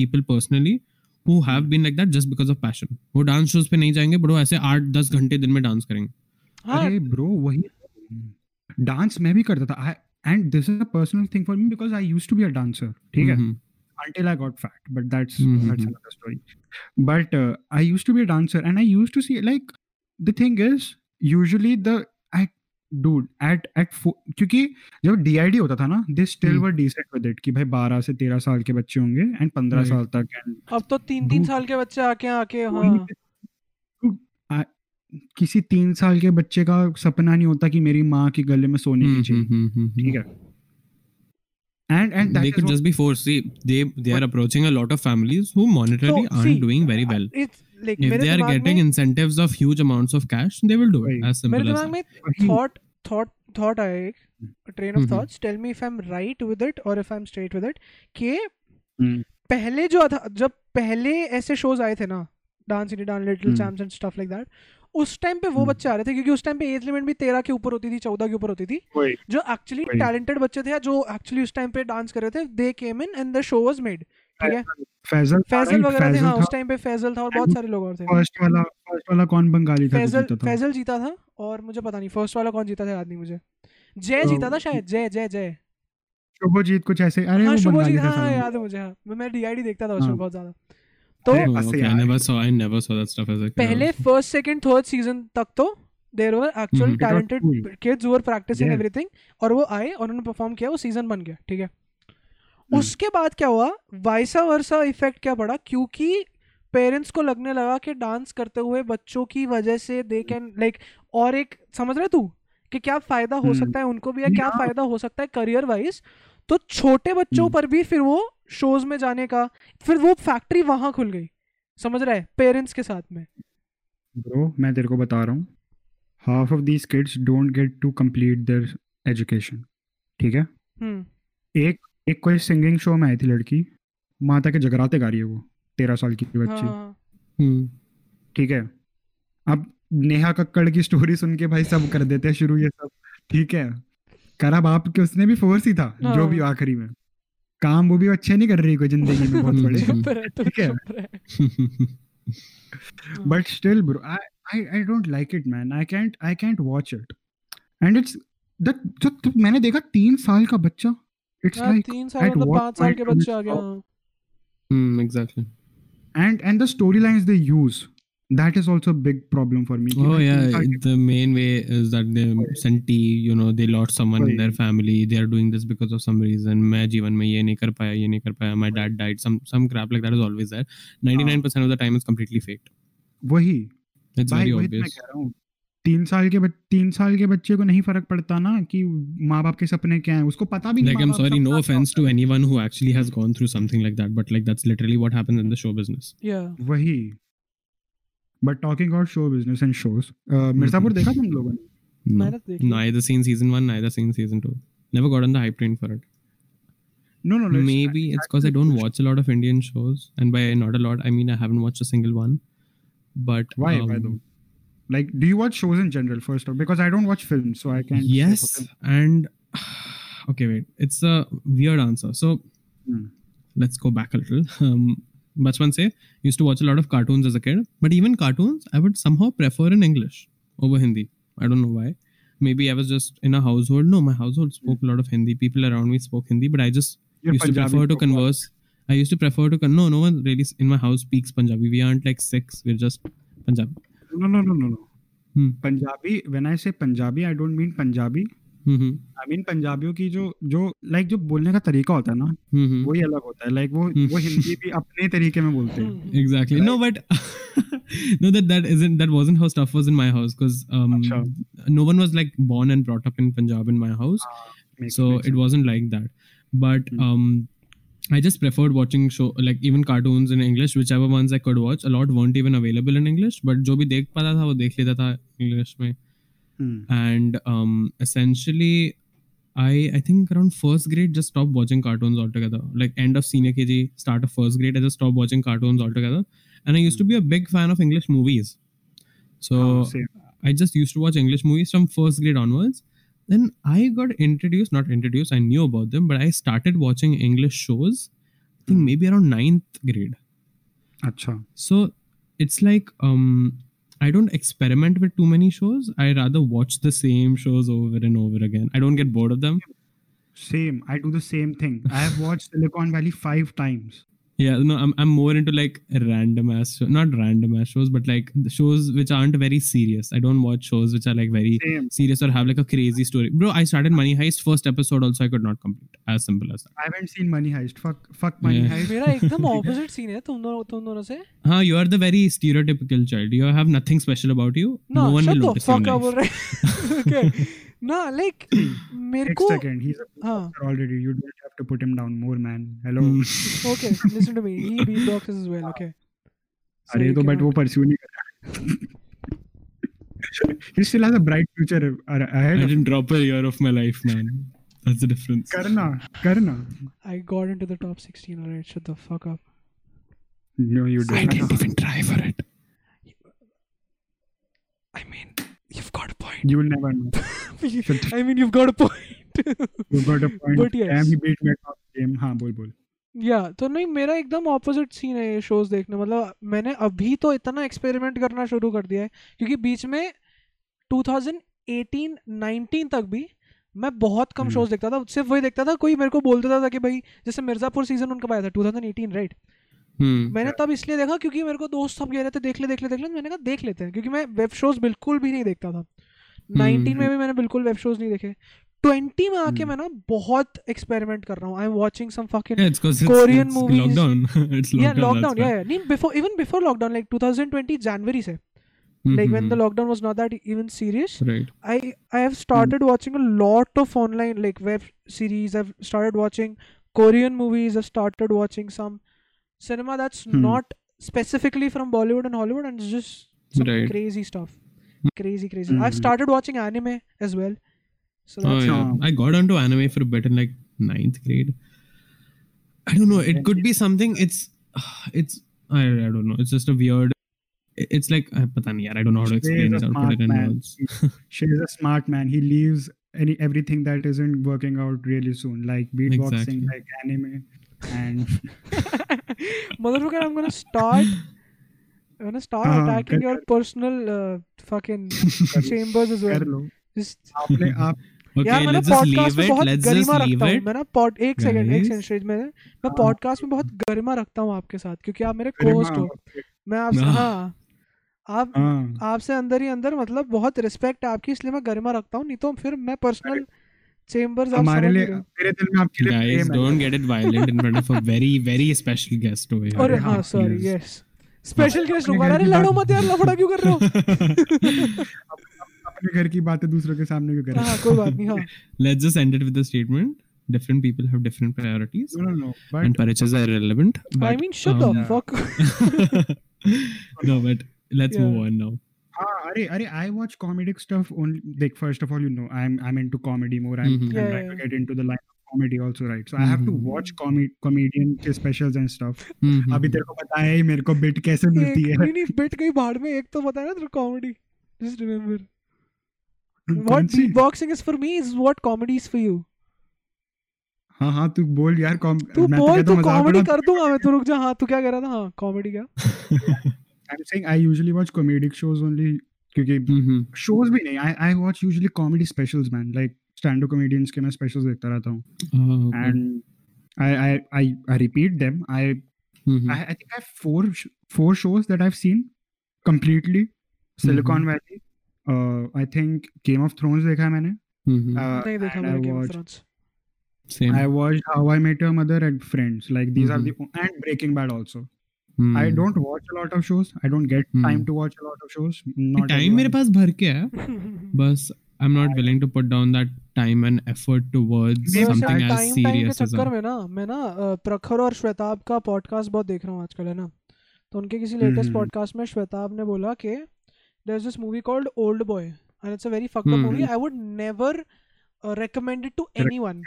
C: people personally. Who have been like that just because of passion. वो dance shows पे नहीं जाएंगे but वो ऐसे आठ दस घंटे दिन में dance करेंगे.
A: हाँ
B: अरे ब्रो वही डांस मैं भी करता था and this is a personal thing for me because I use to be a dancer ठीक है
C: Mhm.
B: until I got fat. But that's that's
C: Mhm.
B: another story. But uh, I used to be a dancer, and I used to see like the thing is usually the at dude at at fo- क्योंकि जब DID होता था ना they still
C: Hmm.
B: were decent with it कि भाई 12 से 13 साल के बच्चे होंगे and 15
C: Right.
B: साल तक and
A: अब तो तीन तीन
B: Dude.
A: साल के बच्चे आके आके हाँ
B: कोई- dude, आ- किसी तीन साल के बच्चे का सपना नहीं होता कि मेरी माँ के गले में सोने की चाहिए
C: Mhm, mhm, mhm.
B: ठीक है and and that
C: they
B: is
C: could
B: what-
C: just be forced. See, they they are approaching a lot of families who monetarily
A: So,
C: aren't
A: see,
C: doing very well.
A: it's like
C: If
A: मेरे
C: they are
A: दिमाग
C: getting
A: में
C: incentives of huge amounts of cash, they will do it.
B: Right.
A: मेरे
C: As simple as
A: दिमाग
C: that.
A: में
B: वही-
A: thought thought thought आया
B: Hmm.
A: एक train of
C: hmm.
A: Thoughts tell me if I am right with it और if I am straight with it कि
B: hmm.
A: पहले जो था जब पहले ऐसे शोज आए थे ना dance India dance little
B: hmm.
A: Champs and stuff like that उस टाइम पे वो
B: हम्म।
A: बच्चे आ रहे थे क्योंकि उस टाइम पे एज लिमिट भी तेरह के ऊपर होती थी चौदह के ऊपर होती थी
B: वही।
A: जो एक्चुअली
B: वही।
A: टैलेंटेड बच्चे थे या जो एक्चुअली उस टाइम पे डांस कर रहे थे they came in and the show was made ठीक है
B: फैजल था,
A: फैजल
B: right?
A: वगैरह थे
B: फैजल
A: हाँ
B: था।
A: उस टाइम पे फैजल था और बहुत
B: And-
A: सारे लोग और थे
B: फर्स्ट वाला फर्स्ट वाला कौन बंगाली था जो
A: फैजल
B: जीता था
A: फैजल जीता था और मुझे पता नहीं फर्स्ट वाला कौन जीता था याद नहीं मुझे जय
B: तो-
A: जीता था शायद जय जय जय
B: शुभजीत कुछ ऐसे अरे
A: हाँ
B: वो बंगाली
A: शुभजीत
B: था
A: हाँ हाँ,
B: साला।
A: याद है मुझे हाँ मैं- मैं डीआईडी देखता था उसमें
B: हाँ।
A: बहुत ज्यादा
B: अरे,
A: तो
C: Oh,
B: ऐसे
C: okay, I
B: यार।
C: never saw I never saw that stuff as a kid.
A: पहले फर्स्ट सेकंड थर्ड सीजन तक तो there were actual
C: Mhm.
B: It was
A: talented
B: hmm, cool.
A: Kids were practicing
B: Yeah.
A: Everything और वो आए और उन्होंने परफॉर्म किया वो सीजन बन गया ठीक है
B: Hmm.
A: उसके बाद क्या हुआ वाइसा वर्सा इफेक्ट क्या पड़ा क्योंकि पेरेंट्स को लगने लगा कि डांस करते हुए बच्चों की वजह से दे कैन लाइक और एक समझ रहे तू कि क्या फायदा हो
B: Hmm.
A: सकता है उनको भी या क्या
B: Yeah. हम्म।
A: फायदा हो सकता है करियर वाइज तो छोटे बच्चों
C: Hmm.
A: पर भी फिर वो शोज में जाने का फिर वो फैक्ट्री वहां खुल गई समझ रहा है पेरेंट्स के साथ में
B: Bro, मैं तेरे को बता रहा हूँ half of these kids don't get to complete their education ठीक है
A: हम्म
B: एक एक कोई सिंगिंग शो में आई थी लड़की माता के जगराते गा रही है वो तेरह साल की बच्ची
A: हाँ,
C: Hmm.
B: ठीक है अब नेहा कक्कड़ की स्टोरी सुन के भाई सब कर देते हैं शुरू ये सब ठीक है करा बाप के उसने भी फोर्स ही था जो भी
A: हाँ।
B: आखिरी में काम वो भी अच्छे नहीं कर रही कोई जिंदगी में बहुत बड़े
A: चुप रह तू,
B: ठीक है।
A: चुप रह।
C: Hmm,
A: Hmm.
B: but still bro I, I i don't like it man i can't i can't watch it and it's that जो तो मैंने देखा तीन साल का बच्चा it's
A: हाँ,
B: like
A: तीन साल
B: at
A: मतलब
B: what
A: पाँच साल
B: point
A: के
B: do we
A: बच्चे आ गए
B: stop?
A: हाँ।
C: Hmm, exactly.
B: and and the storylines they use that is also a big problem for me कि
C: Oh
B: भाई तीन
C: yeah,
B: साल के-
C: the main way is that they Santi, you know, they lost someone in their family. They are doing this because of some reason. मैं जीवन में ये नहीं कर पाया, ये नहीं कर पाया. My dad died. Some some crap like that is always there. Ninety nine percent of the time is completely faked.
B: वही
C: It's
B: भाई
C: very
B: वही तो मैं
C: obvious.
B: कह रहा हूँ तीन साल के बच- तीन साल के बच्चे को नहीं फर्क पड़ता ना कि माँ बाप के सपने क्या हैं उसको पता भी नहीं
C: Like I'm
B: माँ-बाप
C: sorry,
B: सपना
C: no
B: क्या
C: offense
B: होता
C: to anyone who actually has gone through something like that, but like that's literally what happens in the show business.
A: Yeah.
B: है। वही but talking about show business and shows Mirzapur
C: Hmm.
B: देखा तुम लोगों ने
C: No.
A: मैंने तो देखी।
C: Neither seen season one, neither seen season two. Never got on the hype train for it.
B: No no
C: Maybe it's because I don't watch a lot of Indian shows, and by not a lot, I mean I haven't watched a single one. But
B: Why?
C: um,
B: Why though? Like, do you watch shows in general first off? Because I don't watch films, so I can't. say for
C: yes,
B: film.
C: and okay, wait, it's a weird answer. So
B: Hmm.
C: let's go back a little. Um, Bachpan say used to watch a lot of cartoons as a kid, but even cartoons I would somehow prefer in English over Hindi. I don't know why. Maybe I was just in a household. No, my household spoke a lot of Hindi. People around me spoke Hindi, but I just
B: Hmm. You're
C: used
B: Punjabi
C: to prefer to
B: so far.
C: converse. I used to prefer to con- no, no one really s- in my house speaks Punjabi. We aren't like six. We're just Punjabi.
B: No, no, no, no, no.
C: Hmm.
B: Punjabi. When I say Punjabi, I don't mean Punjabi.
C: Mm-hmm.
B: I mean पंजाबियों की जो जो like जो बोलने का तरीका होता है ना
C: Mm-hmm.
B: वही अलग होता है like वो
C: Hmm.
B: वो हिंदी भी अपने तरीके में बोलते हैं
A: हम्म,
C: Exactly. No, but no, that that isn't that wasn't how stuff was in my house because um,
B: Acha.
C: no one was like born and brought up in Punjab in my house.
B: Ah, Makes-
C: so
B: makes
C: it wasn't like that but
B: Hmm.
C: um i just preferred watching show like even cartoons in english whichever ones i could watch a lot weren't even available in english but jo bhi dekh pata tha wo dekh leta tha english mein
B: sense. Hmm.
C: and um essentially i i think around first grade just stopped watching cartoons altogether like end of senior kg start of first grade i just stopped watching cartoons altogether and i used to be a big fan of english movies so
B: Oh, same.
C: I just used to watch English movies from first grade onwards. Then I got introduced, not introduced, I knew about them, but I started watching English shows, I think
B: Hmm.
C: maybe around ninth grade.
B: अच्छा
C: So it's like um I don't experiment with too many shows. I rather watch the same shows over and over again. I don't get bored of them.
B: same I do the same thing I have watched Silicon Valley five times
C: Yeah, no, I'm I'm more into like random ass show, not random ass shows, but like the shows which aren't very serious. I don't watch shows which are like very
B: same
C: serious or have like a crazy story. Bro, I started Money Heist first episode also I could not complete. As simple as that.
B: I haven't seen Money Heist fuck fuck Money
C: Yeah.
B: Heist
A: मेरा एकदम opposite scene है तुम दोनों तुम दोनों से
C: Huh, you are the very stereotypical child. You have nothing special about you.
A: ना
C: No, one will
A: shut the
C: notice you in
A: fuck up
C: life.
A: बोल रहे ओके ना लाइक मेरे
B: Take
A: को
B: second he's a
A: हाँ
B: already you don't have to put him down more man hello
C: Hmm.
A: Okay listen to me he beat boxes as well okay
B: अरे तो but वो pursue नहीं कर रहा he still has a bright future ar-
C: I
B: ahead of
C: didn't drop a year of my life, man. That's the difference.
B: करना करना
A: I got into the top 16 alright shut the fuck up
B: no you
C: I
B: don't
C: didn't even try for it.
A: I mean you've got a point
B: you will never know
A: i mean you've got a point
B: you got a point
A: But yes.
B: damn he beat me at top game हाँ बोल बोल
A: या तो नहीं मेरा एकदम opposite scene है ये शोज देखने मतलब मैंने अभी तो इतना एक्सपेरिमेंट करना शुरू कर दिया है क्योंकि बीच में 2018 19 तक भी मैं बहुत कम
B: हम्म।
A: शोज देखता था सिर्फ वही देखता था कोई मेरे को बोलता था कि भाई जैसे मिर्जापुर सीजन उनका आया था 2018 राइट
C: हम्म
A: मैंने तब इसलिए देखा क्योंकि मेरे को दोस्त सब कह रहे थे देख ले देख ले देख ले तो मैंने कहा देख लेते हैं क्योंकि मैं वेब शोज बिल्कुल भी नहीं देखता था
B: हम्म,
A: नाइनटीन में भी मैंने बिल्कुल वेब शोज नहीं देखे ट्वेंटी में आके
B: हम्म।
A: मैं ना बहुत एक्सपेरिमेंट कर रहा हूँ I am watching some fucking
C: Yeah, it's because it's,
A: Korean
C: it's
A: movies-
C: lockdown. it's lockdown.
A: या
C: that's
A: लॉकडाउन
C: why.
A: या नहीं before even before lockdown like 2020 जनवरी से like when the
C: Mhm.
A: lockdown was not that even serious
C: Mm-hmm. right.
A: i i have
C: Mm.
A: started watching a lot of online like web series i've started watching korean movies i've started watching some cinema that's
B: Hmm.
A: not specifically from bollywood and hollywood and it's just some
C: Right.
A: crazy stuff
C: Hmm.
A: crazy crazy i've
B: Hmm.
A: started watching anime as well so
C: Oh,
A: that's
C: yeah.
B: how-
C: I got onto anime for a bit in like ninth grade. I don't know. It could be something. It's, it's. I, I don't know. It's just a weird. It's like I, pata nahi, yaar, I don't know how to
B: He's
C: explain
B: a
C: it or put
B: smart
C: it in
B: man.
C: words.
B: She is a smart man. He leaves any everything that isn't working out really soon, like beatboxing,
C: Exactly.
B: like anime, and
A: motherfucker i'm gonna start i'm gonna start
B: Uh-huh,
A: attacking
B: good,
A: your personal uh, fucking chambers as well
B: Hello.
A: just
B: आपने आप
C: Okay,
A: यार मैंने
C: let's just
A: podcast
C: leave
A: में
C: it.
A: बहुत
C: Let's
A: Garima
C: just leave
A: रखता हूँ
C: it.
A: मैं ना पॉड एक सेकंड एक
C: Guys.
A: सेकंड श्रीज मैं मैं
B: हाँ।
A: पॉडकास्ट में बहुत गरिमा रखता हूँ आपके साथ क्योंकि आप मेरे
B: गरिमा
A: होस्ट हो
B: आपके-
A: मैं आपसे
C: हाँ।
A: हाँ आप
B: हाँ
A: आपसे अंदर ही अंदर मतलब बहुत रिस्पेक्ट है आपकी इसलिए मैं गरिमा रखता हूँ नहीं तो फिर मैं पर्सनल चेम्बर्स आप
B: हमारे
A: समझ ही
B: लिए
A: रहे हो।
B: मेरे दिल में आपके लिए
C: Guys,
B: प्रेम है।
C: don't get it violent in front of a very, very special guest over here.
A: और
B: हाँ,
A: हाँ सॉरी
C: please.
A: यस स्पेशल
B: अपने
A: गेस्ट
B: घर
A: होगा अरे
B: की
A: लड़ो
B: बात-
A: मत यार लफड़ा क्यों कर रहे हो
B: अपने घर की बातें दूसरों के सामने क्यों कर रहे
A: हाँ कोई बात नहीं हाँ
C: Let's just end it with a statement. Different people have different priorities,
B: हो no no
C: and
B: but
C: pariches are irrelevant.
A: I
C: But
A: mean shut the
C: um,
A: fuck
C: no, but let's
A: Yeah.
C: move on now.
B: हाँ अरे अरे I watch comedic stuff only देख first of all you know I am I am into comedy more I am
C: Mhm.
A: Yeah,
B: trying to
A: yeah.
B: Get into the line of comedy also right so I have to
C: Mhm.
B: Watch comedian के specials and stuff
A: Mm-hmm.
C: Mhm.
B: अभी तेरे को पता है ही मेरे को bit कैसे
A: एक
B: मिलती है
A: नहीं नहीं बिट गई भाड़ में एक तो बताया ना तेरे कॉमेडी जस्ट रिमेम्बर
B: कौन
A: What
B: सी?
A: beatboxing is for me is what comedy is for you.
B: हाँ हाँ तू बोल यार तो कॉम
A: तू बोल तू कॉमेडी
B: आई
A: कर दूंगा मैं तू रुक जा हाँ तू क्या कह रहा था हाँ कॉमेडी क्या
B: am saying I usually watch comedic shows only क्योंकि
C: Mhm.
B: शोज भी नहीं I I watch usually comedy specials man like stand up comedians के मैं स्पेशल्स देखता रहता हूँ Mm-hmm.
C: Oh, okay.
B: and I I I, I repeat them. I,
C: Mhm.
B: I I think I have four sh- four shows that I've seen completely. Silicon Valley. Mm-hmm. Uh, I think Game of Thrones देखा है मैंने.
C: Mhm.
B: Uh,
A: नहीं देखा
B: and
A: मैंने
B: I
A: game of
B: watched
A: thrones
C: Same.
B: I watched How I Met Your Mother and Friends. Like these are the
C: Mhm.
B: and Breaking Bad also.
C: Mhm.
B: I don't watch a lot of shows. I don't get time
C: Mhm.
B: to watch a lot of shows.
C: The
B: Not
C: time
B: everyone-
C: मेरे पास भर के है बस I'm not willing to put down that time and effort towards
B: मेरे
A: time
C: something as
A: time के
C: serious as
A: चक्कर
C: a
A: में ना मैं ना अ, प्रखर और श्वेताब का पॉडकास्ट बहुत देख रहा हूँ आजकल है ना तो उनके किसी लेटेस्ट
B: हम्म।
A: पॉडकास्ट में श्वेताब ने बोला कि there is this movie called old boy and it's a very fucked up
C: hmm.
A: Movie I would never recommend it to anyone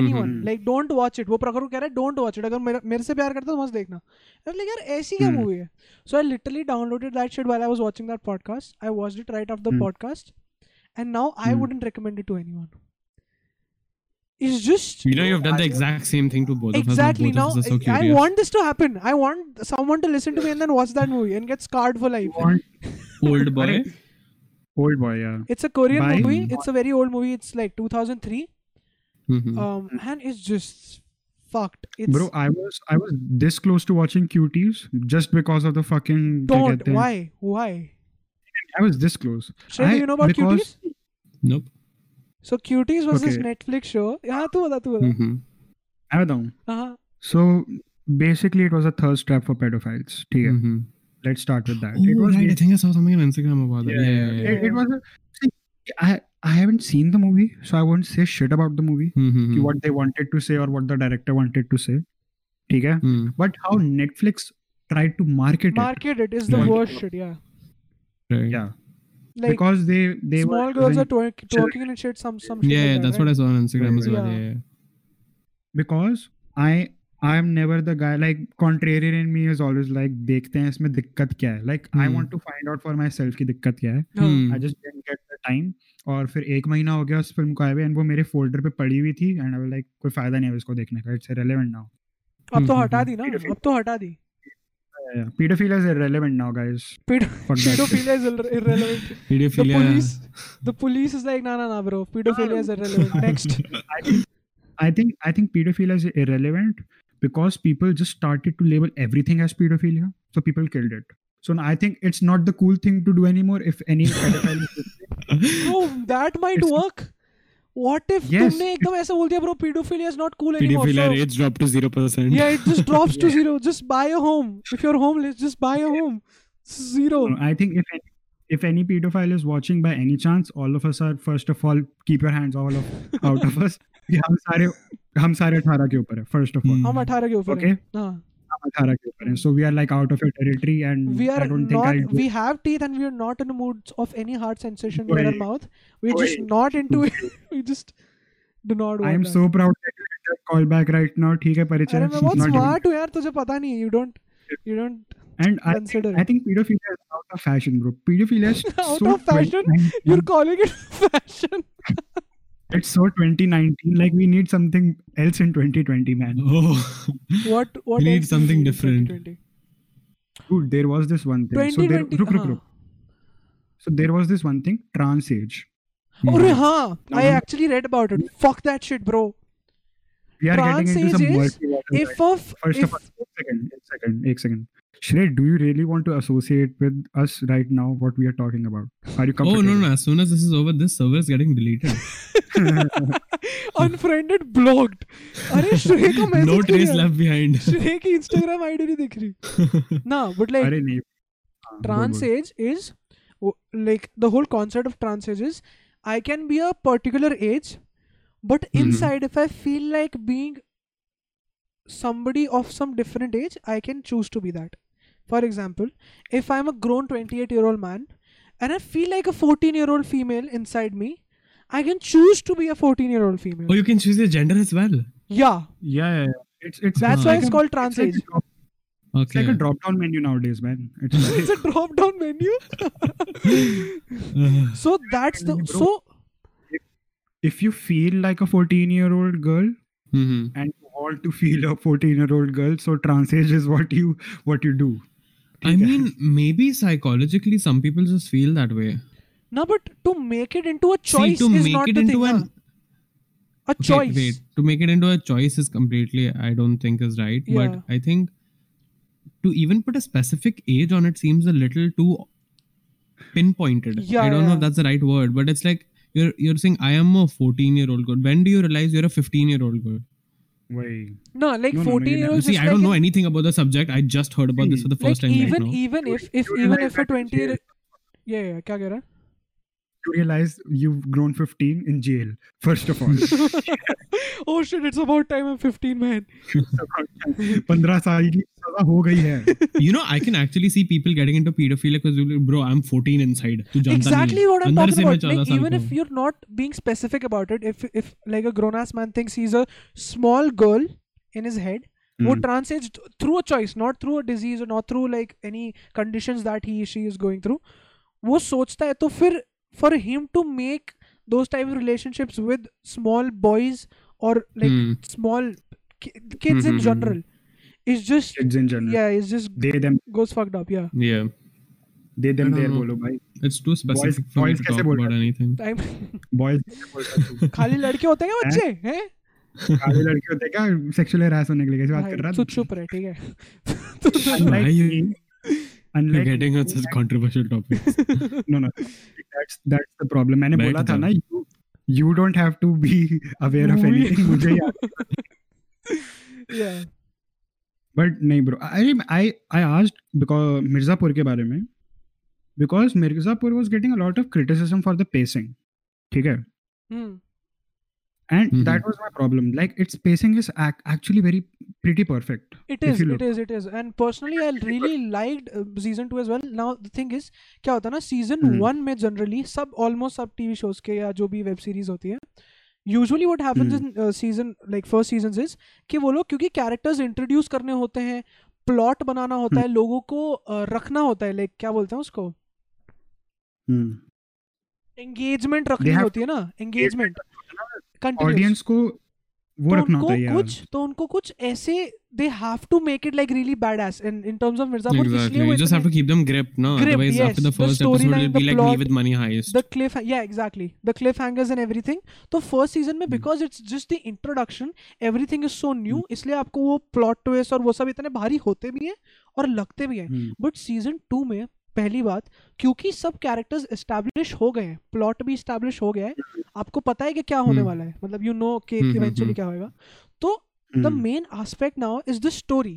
A: anyone
B: hmm.
A: Like don't watch it वो प्रखर को कह रहा है don't watch it अगर मेरे मेरे से प्यार करता है तो मस्त देखना I was like यार ऐसी क्या
B: हम्म।
A: मूवी है so I literally downloaded that shit while I was watching that podcast I watched it right off the
B: hmm.
A: Podcast and now I
C: Hmm.
B: Hmm.
A: Wouldn't recommend it to anyone it's just
C: you know you've done the exact same thing to both of us and
A: exactly
C: both
A: now
C: of us are so
A: I- I
C: curious
A: want this to happen I want someone to listen to me and then watch that movie and get scarred for life
B: Want-
C: old boy
B: Correct. old boy. Yeah.
A: it's a Korean
B: By-
A: movie it's a very old movie it's like 2003
C: Mhm.
A: um and it's just fucked it's
B: Bro, I was I was this close to watching cuties just because of the fucking. क्या
A: don't
B: कहते हैं?
A: why why
B: I was this close.
A: Shrey, do
B: I-
A: you know about
B: because-
A: cuties
C: nope
A: So cuties was this
B: Okay.
A: Netflix show. हाँ तू बता तू बता
C: Mhm.
B: I don't.
A: हाँ
B: So basically, it was a thirst trap for pedophiles. Yeah.
A: Hmm.
C: Mhm.
B: Let's start with that.
C: Oh,
B: it was
C: right. I think I saw something on Instagram about that.
B: Yeah,
C: Yeah, yeah, yeah.
B: It, it was. A, see, I I haven't seen the movie, so I won't say shit about the movie.
C: Mhm.
A: Hmm.
B: ki What they wanted to say or what the director wanted to say. Okay.
C: Mm.
B: But how Netflix tried to market it.
A: market it is the
B: Yeah.
A: worst shit yeah
C: Right.
B: Yeah.
A: like
B: because they they
A: small
B: were
A: girls
B: using-
A: are twerk, twerking and shit some some shit
C: Yeah,
A: like
C: yeah,
A: that,
C: that's
A: right?
C: what I saw on Instagram
B: Right,
C: as well.
A: right.
C: Yeah, yeah.
B: because I I'm never the guy like contrarian in me is always like देखते हैं इसमें दिक्कत क्या है like I
C: Hmm.
B: want to find out for myself की दिक्कत क्या है
A: हाँ,
C: Hmm.
B: I just didn't get the time और फिर एक महीना हो गया उस फिल्म को आए हुए एंड वो मेरे फोल्डर पे पड़ी हुई थी एंड आई लाइक कोई फायदा नहीं है इसको देखने का इट्स इररिलेवेंट नाउ
A: अब तो
C: हम्म,
A: हटा
C: हम्म,
A: दी ना
B: हम्म।
A: अब तो हटा दी
B: yeah. Pedophilia is irrelevant now, guys.
A: Pedo-
B: Fuck that shit.
A: pedophilia is irre- irrelevant. The police, the police is like, nah, nah, nah, bro. Pedophilia is irrelevant. Next,
B: I think I think pedophilia is irrelevant because people just started to label everything as pedophilia, so people killed it. So now I think it's not the cool thing to do anymore. If any pedophile,
A: bro, that might
B: It's-
A: work. What if
B: Yes,
A: तुमने एकदम ऐसा बोल दिया, bro? Pedophilia is not cool anymore.
D: Pedophilia
A: so-
D: rates dropped to 0%.
A: yeah, it just drops to zero. Just buy a home. If you're homeless, just buy a home. Zero.
B: I think if any, if any pedophile is watching by any chance, all of us are first of all keep your hands all of out of us. कि हम सारे हम सारे अठारह के ऊपर है first of all
C: Hmm.
A: हम 18 के ऊपर
B: Okay.
A: हैं. हाँ.
B: हम अठारह के ऊपर है so we are like out of your territory and
A: we
B: I
A: are
B: don't think I
A: not we have teeth and we are not in the mood of any hard sensation in our
B: Oi.
A: mouth we're just
B: Oi. Hmm.
A: not into it we just do not want
B: I am
A: that.
B: So proud call back right now ठीक है परिचय
A: अरे मैं बहुत
B: not even-
A: smart हूँ यार तुझे पता नहीं you don't you don't
B: And I, think-
A: consider
B: I
A: it
B: think pedophilia is out of fashion, bro. Pedophilia is
A: Out
B: so
A: of fashion?
B: 2019.
A: you're calling it fashion
B: It's so 2019. Like we need something else in 2020, man.
C: Oh.
A: what what
C: We need
A: else do
C: something
A: in
C: different.
A: 2020?
B: Dude, there was this one thing. So there,
A: 2020
B: look, look,
A: हाँ.
B: look. So there was this one thing, trans age. Hmm.
C: Hmm.
A: अरे हाँ I
B: हम-
A: actually read about it fuck that shit bro
B: We are
A: Trans
B: getting into some
A: age is-
B: murky water, right?
A: if of
B: First
A: if
B: of all, one second, one second, one second. Shred, do you really want to associate with us right now? What we are talking about? Are you
C: oh,
B: comfortable?
C: no, no. As soon as this is over, this server is getting deleted.
A: unfriended blocked अरे श्रेय का message
C: no trace left behind.
A: श्रेय की Instagram ID नहीं दिख रही ना but like
B: अरे नहीं. हाँ, बोल,
A: trans
B: बोल.
A: age is w- like the whole concept of trans age is I can be a particular age, but
B: Hmm.
A: inside, if I feel like being somebody of some different age, I can choose to be that. For example, if I'm a grown 28 year old man and I feel like a 14 year old female inside me, I can choose to be a 14 year old female.
C: Oh, you can choose your gender as well.
A: yeah,
B: Yeah, yeah, yeah. It's it's.
A: that's
B: it's
A: why
B: like
A: it's
B: a-
A: called trans
B: it's like a
A: age.
B: drop- It's
C: Okay.
B: like a drop down menu nowadays, man. It's
A: it's a drop down menu.
C: Uh,
A: so that's the.
B: Bro.
A: So
B: if you feel like a 14 year old girl
C: mhm.
B: and you want to feel a 14 year old girl so trans age is what you what you do
C: I mean, maybe psychologically, some people just feel that way.
A: No, but to make it into a
C: See,
A: choice
C: to
A: is
C: make
A: not
C: it
A: the
C: into
A: thing.
C: an
A: na. a
C: Okay,
A: choice.
C: Wait, to make it into a choice is completely, I don't think is right.
A: Yeah.
C: But I think to even put a specific age on it seems a little too pinpointed.
A: Yeah,
C: I don't know
A: yeah.
C: if that's the right word, but it's like you're you're saying I am a 14 year old girl. When do you realize you're a 15 year old girl?
B: Wait.
A: No, like
B: No, no, no,
A: fourteen
B: you
A: year
B: know.
A: olds.
C: See,
A: is
C: I don't
A: like
C: know
A: in-
C: anything about the subject. I just heard about this for the first
A: like
C: time
A: even
C: right now.
A: even if if
B: You
A: even
B: realize
A: if a
B: that in
A: twenty year
B: jail.
A: yeah yeah क्या कह रहा है?
B: you realize you've grown 15 in jail first of all
A: oh shit it's about time I'm fifteen man
B: 15 साल की सजा हो गई है
A: e-,
C: you know, I can actually see people getting into pedophilia because bro, I'm 14 inside. तू जानता नहीं है."
A: exactly what I'm
C: अंदर
A: talking
C: से मैं
A: about
C: 14
A: like
C: साल
A: even
C: का
A: if
C: हूँ.
A: you're not being specific about it if if like a grown ass man thinks he's a small girl in his head वो
B: Hmm.
A: trans age th- through a choice not through a disease or not through like any conditions that he she is going through वो सोचता है तो फिर for him to make those type of relationships with small boys or like
C: Hmm.
A: small ki-
B: Hmm,
A: kids in
C: Mhm.
A: general is just
B: kids in general
A: yeah it's just
B: they them
A: goes fucked up yeah
C: Yeah.
B: they them
C: I don't
B: there
C: know.
B: बोलो भाई
C: It's too specific for
B: boys
C: me to
B: कैसे
C: talk
B: बोल रहे
C: about anything.
A: I'm
B: boys बोल सकते हो।
A: खाली लड़के होते हैं क्या बच्चे हैं
B: काले लड़के होते हैं क्या सेक्सुअल harass होने के लिए कैसे बात कर
A: भाई,
B: रहा
A: तू चुप रहे ठीक है तू- तू-
B: Unlike
C: Why you-
B: me-
C: You're
B: unlike
C: getting
B: me,
C: on such controversial topics.
B: no no that's that's the problem मैंने
C: Back
B: बोला था
C: down.
B: ना you you don't have to be aware of
A: We-
B: anything मुझे याद
A: yeah
B: बट नहीं bro I I I asked because Mirzapur के बारे में because Mirzapur was getting a lot of criticism for the pacing ठीक है
A: hmm.
B: And that
C: Mhm.
B: Was my problem like it's pacing is actually very pretty perfect
A: it
B: If
A: is
B: you
A: it
B: look.
A: is it is and personally i really liked uh, season 2 as well now the thing is क्या होता है ना season
B: हम्म.
A: 1 में generally सब almost सब tv shows के या जो भी web series होती है usually what happens
B: Hmm.
A: in uh, season like first seasons is कि वो लोग क्योंकि characters introduce करने होते हैं plot बनाना
B: Hmm.
A: होता है लोगों को uh, रखना होता है like क्या बोलते हैं उसको engagement रखनी
B: have
A: होती है ना engagement continuous
B: ऑडियंस को वो
A: तो
B: रखना
A: उनको
B: होता है यार
A: कुछ तो उनको कुछ ऐसे they have to make it like really badass in in terms of Mirzapur
C: Exactly.
A: इसलिए वो
C: You just have to
A: इतने-
C: keep them gripped, no?
A: Gripped,
C: Otherwise,
A: yes.
C: after the
A: The
C: first episode,
A: storyline,
C: it'll be
A: the
C: like me
A: plot,
C: with money heist.
A: the cliff yeah exactly the cliffhangers and everything तो first season
B: Hmm.
A: में because it's just the introduction everything is so new इसलिए आपको वो plot twist और वो सब इतने भारी होते भी हैं और लगते भी हैं
B: हम्म,
A: बट सीजन टू में पहली बात क्योंकि सब कैरेक्टर्स एस्टैब्लिश हो गए हैं प्लॉट भी एस्टैब्लिश हो गया
B: Hmm.
A: है आपको पता है कि क्या होने
C: हम्म।
A: वाला है मतलब यू नो कि
C: हम्म, हम्म,
A: इवेंचुअली
C: हम्म।
A: क्या होगा तो the
B: hmm,
A: main aspect now is the story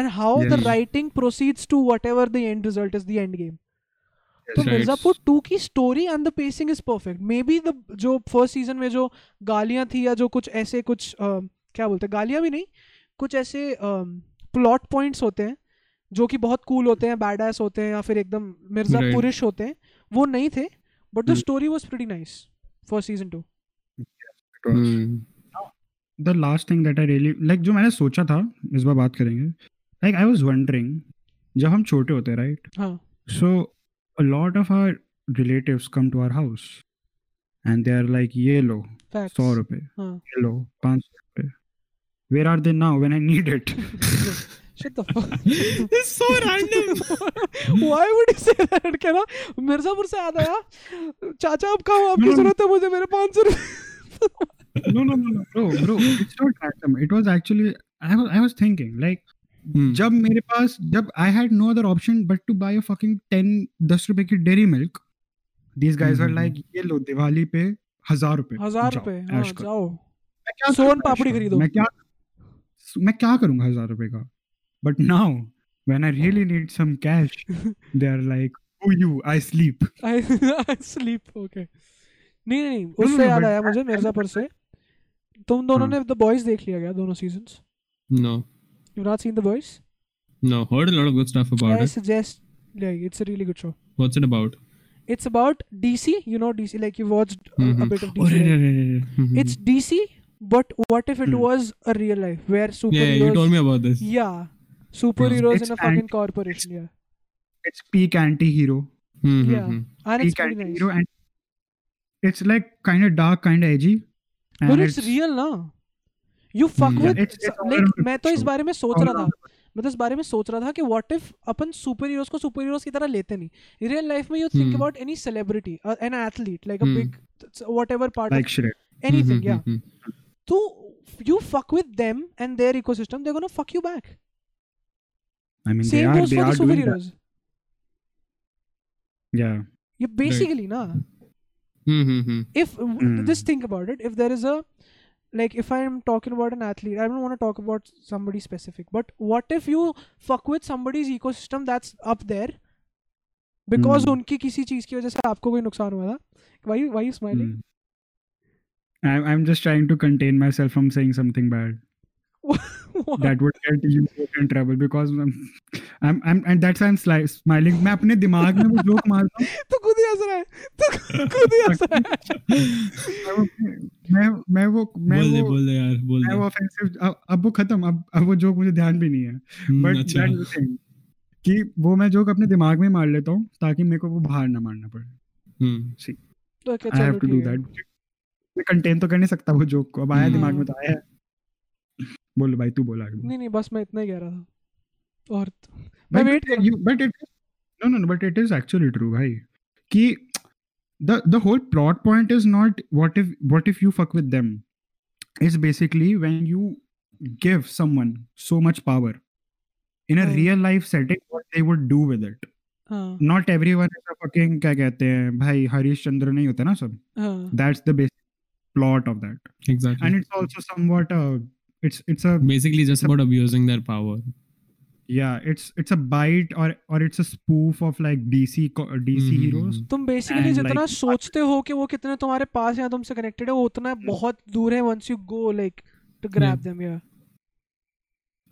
A: and how the
B: Yes.
A: writing proceeds to whatever the end result is the end game तो
C: Right.
A: मिर्जापुर टू की story and the pacing is perfect maybe the जो first season में जो गालियां थी या जो कुछ ऐसे कुछ अ, क्या बोलते हैं गालियां भी नहीं कुछ ऐसे प्लॉट पॉइंट्स होते हैं जो कि बहुत कूल होते हैं बैडैस होते हैं या फिर एकदम मिर्जापुरिश होते हैं वो नहीं थे but the
B: Hmm.
A: Story was pretty nice for season two
B: it was.
C: Hmm.
B: The last thing that I really like जो मैंने सोचा था इस बार बात करेंगे लाइक आई वाज वंडरिंग जब हम छोटे होते हैं राइट
A: हाँ
B: so a lot of our relatives come to our house and they are like ये लो
A: फैक्ट
B: सौ रुपए
A: हाँ
B: ये लो पाँच सौ रुपए where are they now when I need it
A: shut the fuck
C: It's so random.
A: Why would you say that? कहना मिर्जापुर से आता है चाचा आप खाओ आपकी
B: No.
A: जरूरत है मुझे मेरे पाँच सौ रुपये
B: no no no bro bro it's not random it was actually I was I was thinking like
C: Hmm.
B: जब मेरे पास जब I had no other option but to buy a fucking 10 10 रुपए की dairy milk these guys were
C: hmm,
B: like ये लो दिवाली पे हजार रुपए
A: हजार
B: जाओ,
A: रुपए
B: ऐश
A: हाँ
B: करो।
A: जाओ
B: मैं क्या
A: सोन
B: करूंगा
A: पापड़ी
B: ऐश करो?
A: खरीदो।
B: मैं क्या मैं क्या करूंगा हजार रुपए का but now when I really need some cash they are like who you I sleep
A: Oh, I sleep okay नहीं नहीं नहीं
B: no,
A: उससे
B: no,
A: याद
B: but
A: आया
B: I-
A: मुझे
B: I- Hmm.
A: मिर्जापुर से तुम दोनों ने द बॉयज देख लिया गया दोनों seasons
C: No,
A: you not seen the boys
C: no. Heard a lot of good stuff about
A: I
C: it.
A: Suggest like it's a really good show
C: What's it about?
A: It's about DC you know DC like you watched a
B: Hmm,
C: Mhm.
A: Bit of
C: Oh, right,
A: DC
C: right, right, right. Mhm.
A: it's DC, but what if it
B: Hmm.
A: was a real life where
C: yeah,
A: superheroes?
C: you told me about this.
A: Yeah, superheroes
B: It's
A: in a fucking
B: anti-
A: corporation. Yeah,
B: it's peak anti hero
C: Mhm,
A: Yeah.
C: mhm.
A: and it's
B: peak
A: pretty
B: anti
A: nice.
B: Hero and it's like kind of dark kind of edgy
A: But it's real ना. You fuck
C: Hmm.
A: with
B: It's- it's all
A: like
B: around
A: मैं तो इस
B: fiction.
A: बारे में सोच रहा था मैं तो इस बारे में सोच रहा था कि what if upon super heroes को super heroes की तरह लेते नहीं real life में you think
C: Hmm.
A: about any celebrity uh, an athlete like a
C: Hmm.
A: big whatever part
B: like
A: of
B: shred
A: anything
C: Mhm,
A: yeah
C: mhm.
A: तो you fuck with them and their ecosystem they're gonna fuck you back
B: I mean they
A: same
B: are
A: goes
B: they
A: for
B: are
A: the
B: doing
A: superheroes
B: या
A: ये basically ना
C: Mhm, mhm.
A: if
B: Mm.
A: just think about it if there is a like if i'm talking about an athlete i don't want to talk about somebody specific but what if you fuck with somebody's ecosystem that's up there because
B: Mm.
A: उनकी किसी चीज की वजह से आपको कोई नुकसान हुआ था why why you smiling
B: Mm. I'm, I'm just trying to contain myself from saying something bad
A: What?
B: that would get you in trouble because I'm, I'm, I'm and that's why I'm sli- smiling. मैं अपने दिमाग में वो joke मारता हूँ
A: तो खुद ही हंस रहा है तो खुद ही हंस रहा है
C: hmm.
B: मैं वो- मैं मैं वो मैं
C: बोल दे,
B: वो
C: बोल दे यार, बोल
B: मैं
C: दे.
B: वो offensive अब, अब वो खत्म अब अब वो जोक मुझे ध्यान भी नहीं है
C: Hmm,
B: बट
C: अच्छा.
B: दैट थिंग कि वो मैं जोक अपने दिमाग में मार लेता हूँ ताकि मेरे को वो बाहर ना मारना पड़े
C: Hmm.
A: तो okay,
B: आई
A: चलो
B: हैव टू डू
A: ठीक है।
B: दैट मैं कंटेन तो कर नहीं सकता वो जोक को अब आया
C: Hmm.
B: दिमाग में तो आया है। बोल भाई तू बोला आगे बोल।
A: नहीं नहीं बस मैं इतना ही कह रहा था और मैं
B: But
A: वेट कर
B: you- but it no no no but it is actually true bhai ki the the whole plot point is not what if what if you fuck with them it's basically when you give someone so much power in a
A: Hmm.
B: real life setting what they would do with it
A: हाँ
B: not everyone is a fucking क्या कहते हैं भाई हरीश चंद्र नहीं होते ना सब
A: हाँ
B: that's the basic plot of that
C: Exactly.
B: and it's also somewhat uh, it's it's a
C: Basically, just about abusing their power.
B: yeah it's it's a bite or or it's a spoof of like dc co- uh, dc
C: Mhm,
B: heroes
C: mhm.
A: तुम basically
B: And,
A: जितना
B: like,
A: सोचते हो कि वो कितने तुम्हारे पास या तुमसे कनेक्टेड है वो उतना बहुत दूर है once you go like to grab them yeah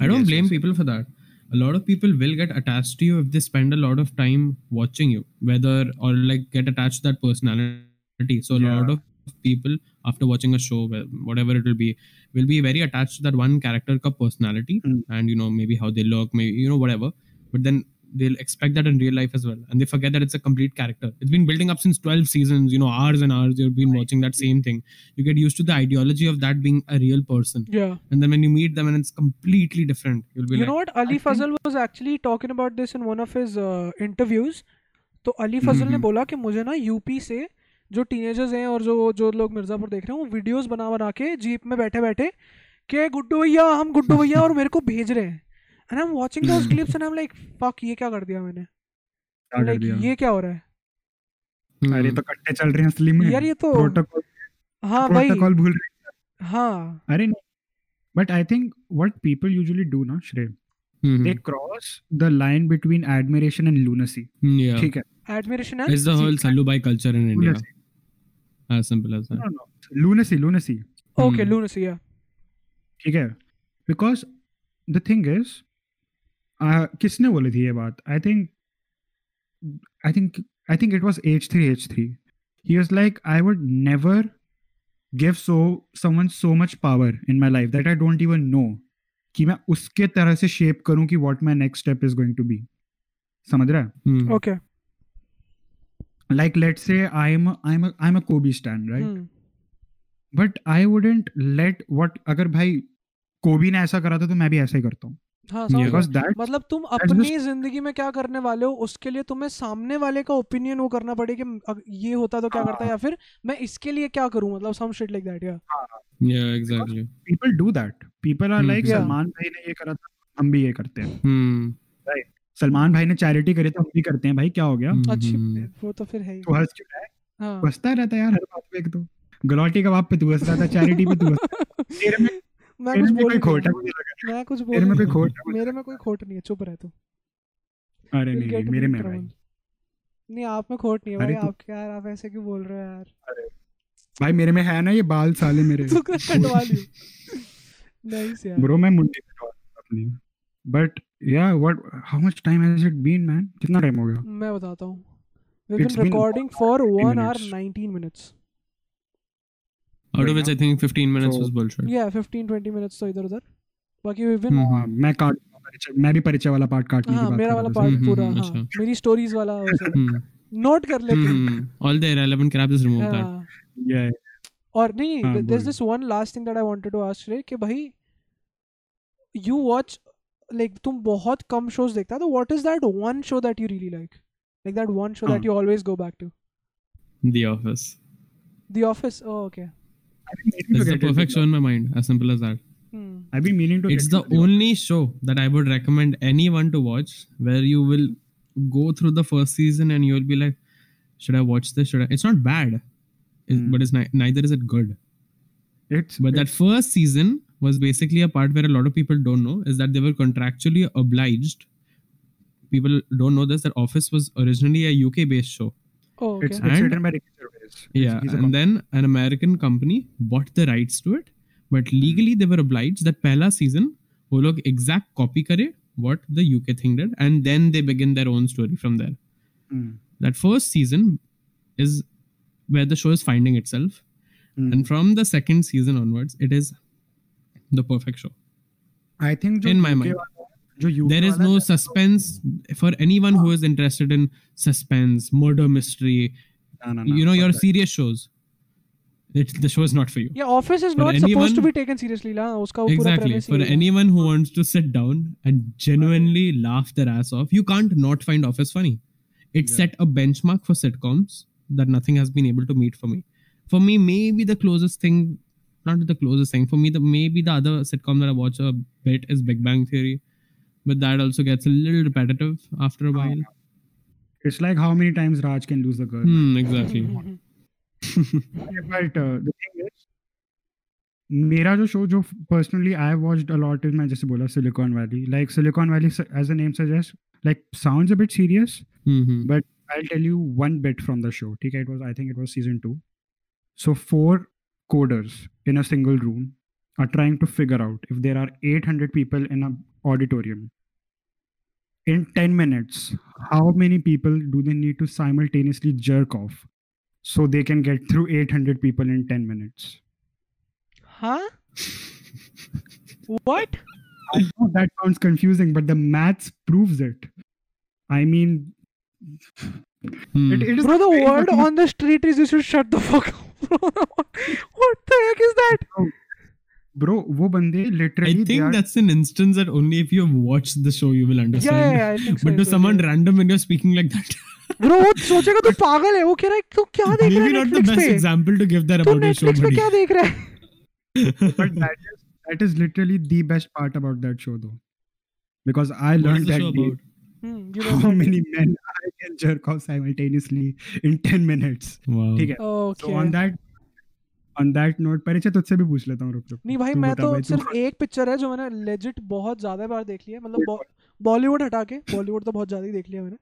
C: I don't
B: Yes,
C: blame
B: yes.
C: people for that. A lot of people will get attached to you if they spend a lot of time watching you, whether or like get attached to that personality. So a lot
B: Yeah.
C: of people after watching a show, wh- whatever it will be, will be very attached to that one character ka personality
B: Mm.
C: and you know maybe how they look, maybe you know whatever. But then they'll expect that in real life as well, and they forget that it's a complete character. It's been building up since twelve seasons. You know, hours and hours. You've been watching that same thing. You get used to the ideology of that being a real person,
A: Yeah.
C: and then when you meet them, and it's completely different. You'll be
A: you
C: like,
A: know what ali
C: think-
A: Fazal was actually talking about this in one of his uh, interviews तो Ali Fazal
B: Mm-hmm.
A: ने
C: हम्म।
A: बोला कि मुझे ना UP से जो teenagers हैं और जो जो लोग मिर्ज़ापुर देख रहे हैं वो वीडियोस बना बना के जीप में बैठे बैठे कि गुड्डू भैया हम गुड्डू भैया और मेरे को भेज रहे हैं and I am watching those
C: hmm.
A: Clips and I am like fuck ये क्या कर दिया मैंने
B: क्या कर
A: लाइक
B: दिया
A: ये क्या हो रहा है
B: अरे
C: "Hmm,
B: तो कट्टे चल रहे हैं असली में
A: यार ये तो
B: प्रोटोकॉल
A: हाँ भाई
B: प्रोटोकॉल भूल रहे
A: हाँ
B: हैं। अरे नहीं but I think what people usually do ना श्रेय
C: hmm,
B: they cross the line between admiration and lunacy
C: hmm, yeah."
B: ठीक है
A: एडमिरेशन है
C: It's the whole Salubai culture in India.
B: Lunacy.
C: As simple as that.
B: No, no. lunacy lunacy
A: okay
C: hmm.
A: Lunacy या
B: ठीक है because the thing is uh, किसने बोली थी ये बात I think I think I think it was H three H three he was like I would never give so someone so much power in my life that I don't even know कि मैं उसके तरह से shape करूं कि what my next step is going to be समझ रहा है
C: Hmm.
A: Okay
B: like let's say i'm a, i'm a, i'm a kobe stan right
A: हम्म,
B: but i wouldn't let what अगर भाई कोबी ने ऐसा करा था तो मैं भी ऐसा ही करता हूँ
A: हाँ समझ गया।
B: Hmm. because that
A: मतलब तुम
B: just-
A: अपनी जिंदगी में क्या करने वाले हो उसके लिए तुम्हें सामने वाले का ओपिनियन वो करना पड़े कि अग- ये होता तो क्या
B: हाँ।
A: करता या फिर मैं इसके लिए क्या करूं मतलब सम शिट लाइक दैट या
C: Yeah, exactly.
B: people do that people are
C: Hmm.
B: like
C: Yeah.
B: Salman भाई ने ये करा था हम भी ये करते हैं
C: Hmm.
B: सलमान भाई ने चैरिटी करी तो हम भी करते हैं भाई क्या हो गया
C: hmm,
A: अच्छी
C: hmm.
A: वो तो फिर है ही
B: तू हंस क्यों रहा है
A: हाँ
B: तू हंसता रहता है यार हर बात पे एक तो गलौटी कबाब पे तू हंस रहा था चैरिटी पे तू हंस तेरे में
A: मैं
B: तेरे
A: कुछ
B: में
A: बोल
B: कोई
A: नहीं
B: खोट है
A: रहा।
B: मुझे लग रहा
A: मैं कुछ
B: है
A: बोल
B: तेरे में
A: नहीं
B: कोई
A: रहा।
B: खोट है मुझे-
A: मेरे में कोई खोट नहीं है चुप रह तू
B: अरे
A: You'll
B: नहीं
A: get
B: नहीं
A: me
B: मेरे
A: in
B: में भाई
A: trouble. नहीं आप में खोट नहीं है
B: अरे
A: भाई
B: तू-
A: आप यार आप ऐसे क्यों बोल रहे हो यार
B: भाई मेरे में है ना ये बाल साले मेरे
A: तू कटवा लियो नाइस यार
B: ब्रो मैं मुंडी कटवा लूंगा अपनी बट या what how much time has it been man कितना टाइम हो गया
A: मैं बताता हूँ we
B: It's
A: been
B: been
A: recording for
B: 1
A: 1
B: hour
A: hour 19 minutes
C: Out of which I think 15 minutes
B: So-
C: was bullshit.
A: या 15 20 मिनट्स तो इधर उधर बाकी वी बीन
C: हम्म,
B: हाँ, मैं काट परिचय- मैं भी परिचय वाला पार्ट काटने
A: Hmm. हाँ
B: की बात
A: मेरा
B: कर
A: वाला
B: रहा था
A: पार्ट
C: हम्म,
A: पूरा
C: हम्म,
A: हाँ
C: अच्छा।
A: मेरी स्टोरीज वाला
C: Hmm.
B: uh,
A: नोट कर लेते हैं।
C: Hmm. All the irrelevant crap is remove that.
A: हाँ,
B: सर। Yeah,
A: और
B: hmm, हाँ,
A: नहीं
B: बोल।
A: This one last thing that I wanted to ask रे कि भाई यू वॉच लाइक तुम बहुत कम शोज देखता है तो what is that one show that you really like like that one show that
B: हाँ।
A: You always go back to
C: The Office.
A: The Office okay
B: I've been meaning to
C: It's the
B: get it.
C: perfect show in my mind. As simple as that.
A: Hmm.
B: I've been meaning to
C: It's
B: get
C: the
B: it with you.
C: only show that I would recommend anyone to watch where you will go through the first season and you'll be like, should I watch this? Should I? It's not bad, It-
B: Hmm.
C: but it's ni- neither is it good.
B: It's-
C: But that first season was basically a part where a lot of people don't know is that they were contractually obliged. People don't know this that Office was originally a UK based show.
B: it's-
A: okay
B: it's
C: And-
B: written by Ricky Gervais.
C: Yeah.
B: He's a
C: And then an American company bought the rights to it. But legally they were obliged that pehla season wo log exact copy kare what the UK thing did. And then they begin their own story from there.
B: Hmm,
C: That first season is where the show is finding itself.
B: hmm.
C: And from the second season onwards, it is the perfect show.
B: I think जो
C: in my
B: UK
C: mind.
B: वाला- जो UK
C: there is
B: वाला
C: no
B: है,
C: suspense for anyone
B: Ah.
C: who is interested in suspense murder mystery
B: ना, ना, ना,
C: you know your
B: fuck that.
C: serious shows it, the show is not for you
A: या office is
C: For
A: not supposed to
C: anyone-
A: be taken seriously ला उसका वो पूरा
C: exactly
A: premise
C: for anyone who wants to sit down and genuinely laugh their ass off you can't not find office funny it
B: Yeah.
C: set a benchmark for sitcoms that nothing has been able to meet for me for me maybe the closest thing not the closest thing for me the maybe the other sitcom that i watch a bit is big bang theory but that also gets a little repetitive after a
B: हाँ,
C: while
B: It's like how many times Raj can lose the girl.
C: Hmm, exactly.
B: But uh, the thing is, मेरा जो show जो personally I watched a lot is मैं जैसे बोला Silicon Valley like Silicon Valley as a name suggest like sounds a bit serious
C: Mm-hmm.
B: I'll tell you one bit from the show. Okay, it was I think it was season two. So four coders in a single room are trying to figure out if there are 800 people in an auditorium. In 10 minutes, how many people do they need to simultaneously jerk off so they can get through 800 people in 10 minutes?
A: हां what
B: I know that sounds confusing, but the maths proves it. I mean,
C: Hmm.
B: it, it is
A: Bro, the
B: very
A: word
B: fucking-
A: on the street is you should shut the fuck up. Bro, what the heck is that?
B: bro. वो बंदे
C: I
B: literally they
C: think
B: are
C: that's an instance that only if you have watched the show you
A: Yeah,
C: will understand.
A: yeah, yeah, I think so.
C: But
A: it's
C: to
A: okay.
C: someone random when you're speaking like that,
A: Bro, वो सोचेगा तू पागल है वो कह रहा है तू क्या देख रहा
C: maybe
A: है
C: not the
A: नेटफ्लिक्स
C: best
A: पे
C: example to give that
A: तू
C: about your show,
A: नेटफ्लिक्स पे
C: buddy.
A: क्या देख रहा है
B: But that is that is literally the best part about that show, though, because I
C: What is
B: learned
C: the
B: that
C: show
B: day
C: about?
A: Hmm, you know
B: how
A: that.
B: many men I can jerk off simultaneously in ten minutes.
C: Wow.
B: ठीक है। So
A: Okay.
B: on that on that note, परिचय तुझसे भी पूछ लेता हूँ रुक रुक
A: नहीं भाई
B: तू
A: मैं
B: बता
A: तो
B: भाई, तू-
A: सिर्फ एक पिक्चर है जो मैंने लेजिट बहुत ज्यादा बार देख ली है मतलब बॉलीवुड हटा के बॉलीवुड तो बहुत ज्यादा ही देख लिया मैंने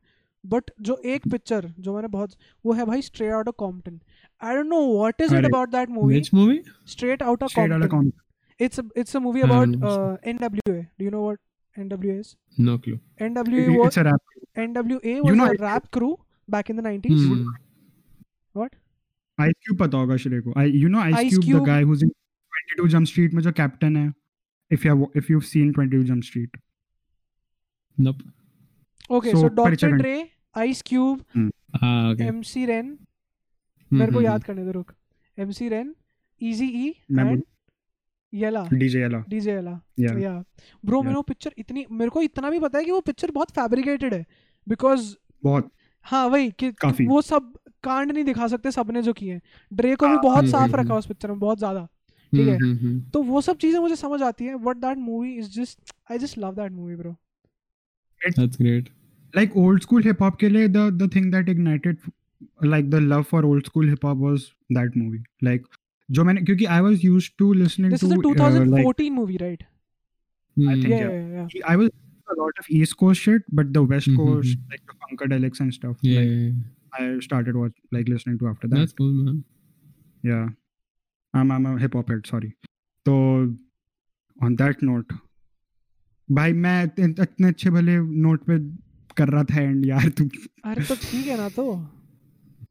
A: बट जो एक पिक्चर जो मैंने बहुत वो है भाई straight out of Compton I don't know what is it
B: अरे,
A: about that movie
C: Which movie?
A: Straight out of
B: straight outta Hmm.
A: Compton
B: Compton.
A: it's a it's a movie
C: I
A: about
C: haven't watched
A: uh, NWA. Do you know what NWA is?
C: No clue.
A: NWA
B: It-
A: was
B: It's a rap.
A: NWA
B: You
A: was
B: know
A: a
B: Ice
A: rap crew back in the nineties.
C: Hmm.
B: Ice Cube पता होगा श्रेय को. I you know Ice,
A: Ice
B: Cube,
A: Cube.
B: the guy who's in 22 Jump Street में जो captain है. If you have, if you've seen 22 Jump Street.
C: Nope.
A: Okay, so,
B: So,
A: Dr.
B: Paricharan.
A: Dre, Ice Cube,
C: Ah, okay.
A: MC Ren. मेरे को
C: Mhm.
A: याद करने दो रुक. MC Ren, Easy E
B: हम्म, मैं
A: and Yella,
B: DJ Ella.
A: DJ Yella.
B: Yeah.
A: Yeah. Bro, मैंने वो picture इतनी मेरे को इतना भी पता है कि वो पिक्चर बहुत फैब्रिकेटेड है बिकॉज
B: बहुत
A: हाँ वही कि कि
B: काफी।
A: वो सब कांड नहीं दिखा सकते सबने जो किए हैं ड्रे को भी
B: हाँ,
A: बहुत
C: हम्म,
A: साफ
C: हम्म,
A: रखा उस पिक्चर में बहुत ज्यादा ठीक है।
C: Mhm, mhm.
A: तो वो सब चीजें मुझे समझ आती है but that movie is just I just love that movie bro
C: That's great.
B: like old school hip hop के लिए the the thing that ignited like the love for old school hip hop was that movie like जो मैंने क्योंकि I was used to listening
A: this
B: to
A: is a
B: uh, like
A: 2014 movie right
C: I
B: think-
A: yeah
B: yeah.
A: Yeah
B: I was a lot of East Coast shit but the West
C: Mhm,
B: Coast like the funkadelics and stuff
C: Yeah,
B: like
C: yeah, yeah.
B: I started watch, like listening to after that
C: that's cool, man.
B: yeah I'm I'm a hip hop head sorry तो on that note भाई मैं इतने इतने अच्छे भले note पे कर रहा था एंड यार तू
A: अरे तो ठीक है ना तो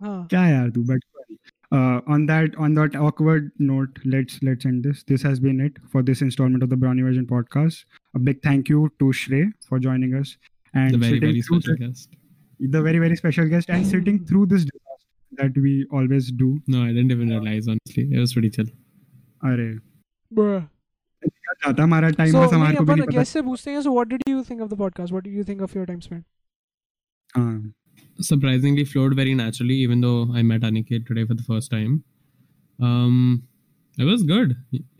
A: हाँ
B: क्या यार तू but Uh, on that on that awkward note, let's let's end this. This has been it for this installment of the Brownie Version podcast. A big thank you to Shrey for joining us and
C: The very,
B: sitting
C: very
B: through
C: special guest.
B: the- the very very special guest and sitting through this disaster that we always do.
C: No, I didn't even realize, honestly. It was pretty chill.
B: अरे
A: bro
B: क्या जाता हमारा time
A: so
B: बस हमारे को भी
A: अपन
B: नहीं पता
A: गेस्ट से पूछते हैं so what did you think of the podcast what do you think of your time spent
B: हाँ
C: surprisingly flowed very naturally, even though I met Aniket today for the first time. Um, it was good.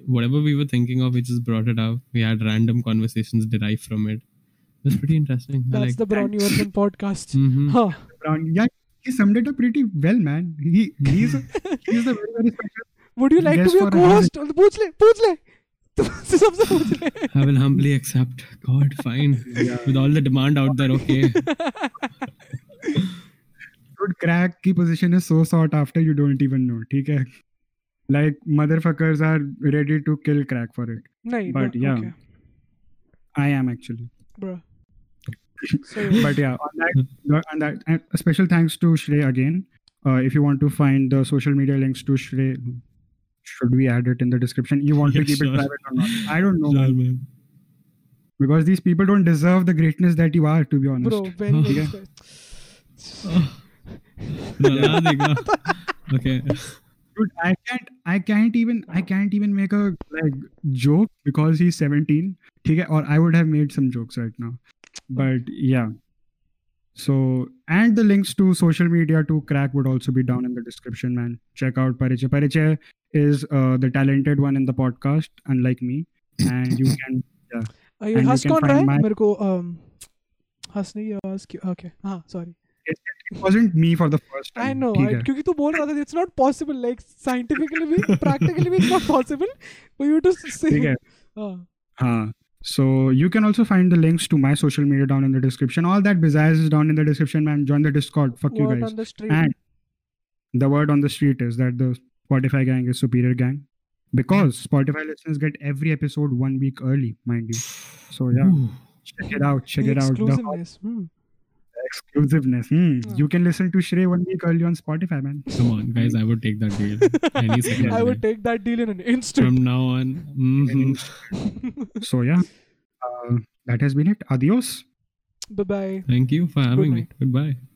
C: Whatever we were thinking of, we just brought it up. We had random conversations derived from it. It was pretty interesting. I
A: that's
C: like.
A: The Brown Universal podcast
B: Hmm.
C: Mhm.
A: हाँ
B: Brown. Yeah, he summed it up pretty well, man. He he's a, he's a very very special.
A: Would you like to be a
B: Guest for a
A: cohost पूछ ले पूछ ले तुमसे सबसे पूछ ले
C: I will humbly accept. God, fine. With all the demand out there, okay.
B: Dude, crack की position is so sought after you don't even know. ठीक है? Like motherfuckers are ready to kill crack for it.
A: नहीं
B: But
A: but
B: yeah. I am actually.
A: Bro
B: But yeah, on that, on that, and a special thanks to Shrey again. Uh, if you want to find the social media links to Shrey, should we add it in the description? You want to
C: Yeah,
B: keep
C: sure.
B: it private or not? I don't know,
C: Sure,
B: man.
C: man.
B: Because these people don't deserve the greatness that you are, to be honest.
A: Bro very
C: ठीक
A: very
C: Rala dega. okay.
B: Dude, I can't I can't even I can't even make a like joke because he's 17. Okay, or I would have made some jokes right now. But yeah. So and the links to social media to crack would also be down in the description, man. Check out Pariche. Pariche is uh, the talented one in the podcast, unlike me. And you can
A: ये
B: And you
A: हंस
B: can
A: कौन रहा
B: find
A: है
B: my-
A: मेरे को um, हंसने की आवाज क्यों ओके हाँ sorry
B: it wasn't me for the first time.
A: I know
B: Hmm, ठीक है?
A: क्योंकि तू बोल रहा था it's not possible like scientifically भी प्रैक्टिकली भी it's not possible for you to
B: ठीक है?
A: से हां
B: हाँ. So you can also find the links to my social media down in the description. All that besides is down in the description, man. Join the Discord. Fuck you
A: word
B: guys.
A: On the
B: And
A: street
B: the word on the street is that the Spotify gang is superior gang because Spotify listeners get every episode one week early, mind you. So yeah,
C: Ooh.
B: check it out. Check it out. The whole
A: exclusiveness hmm
B: exclusiveness. Hmm.
A: Yeah.
B: You can listen to Shrey one week early on Spotify, man.
C: Come on, guys. I would take that deal. Any second.
A: I
C: of
A: would
C: it.
A: Take that deal in an
C: From
A: instant
C: now on. mhm.
B: So yeah, uh, that has been it. Adios.
A: Bye bye.
C: Thank you for having me. Goodbye.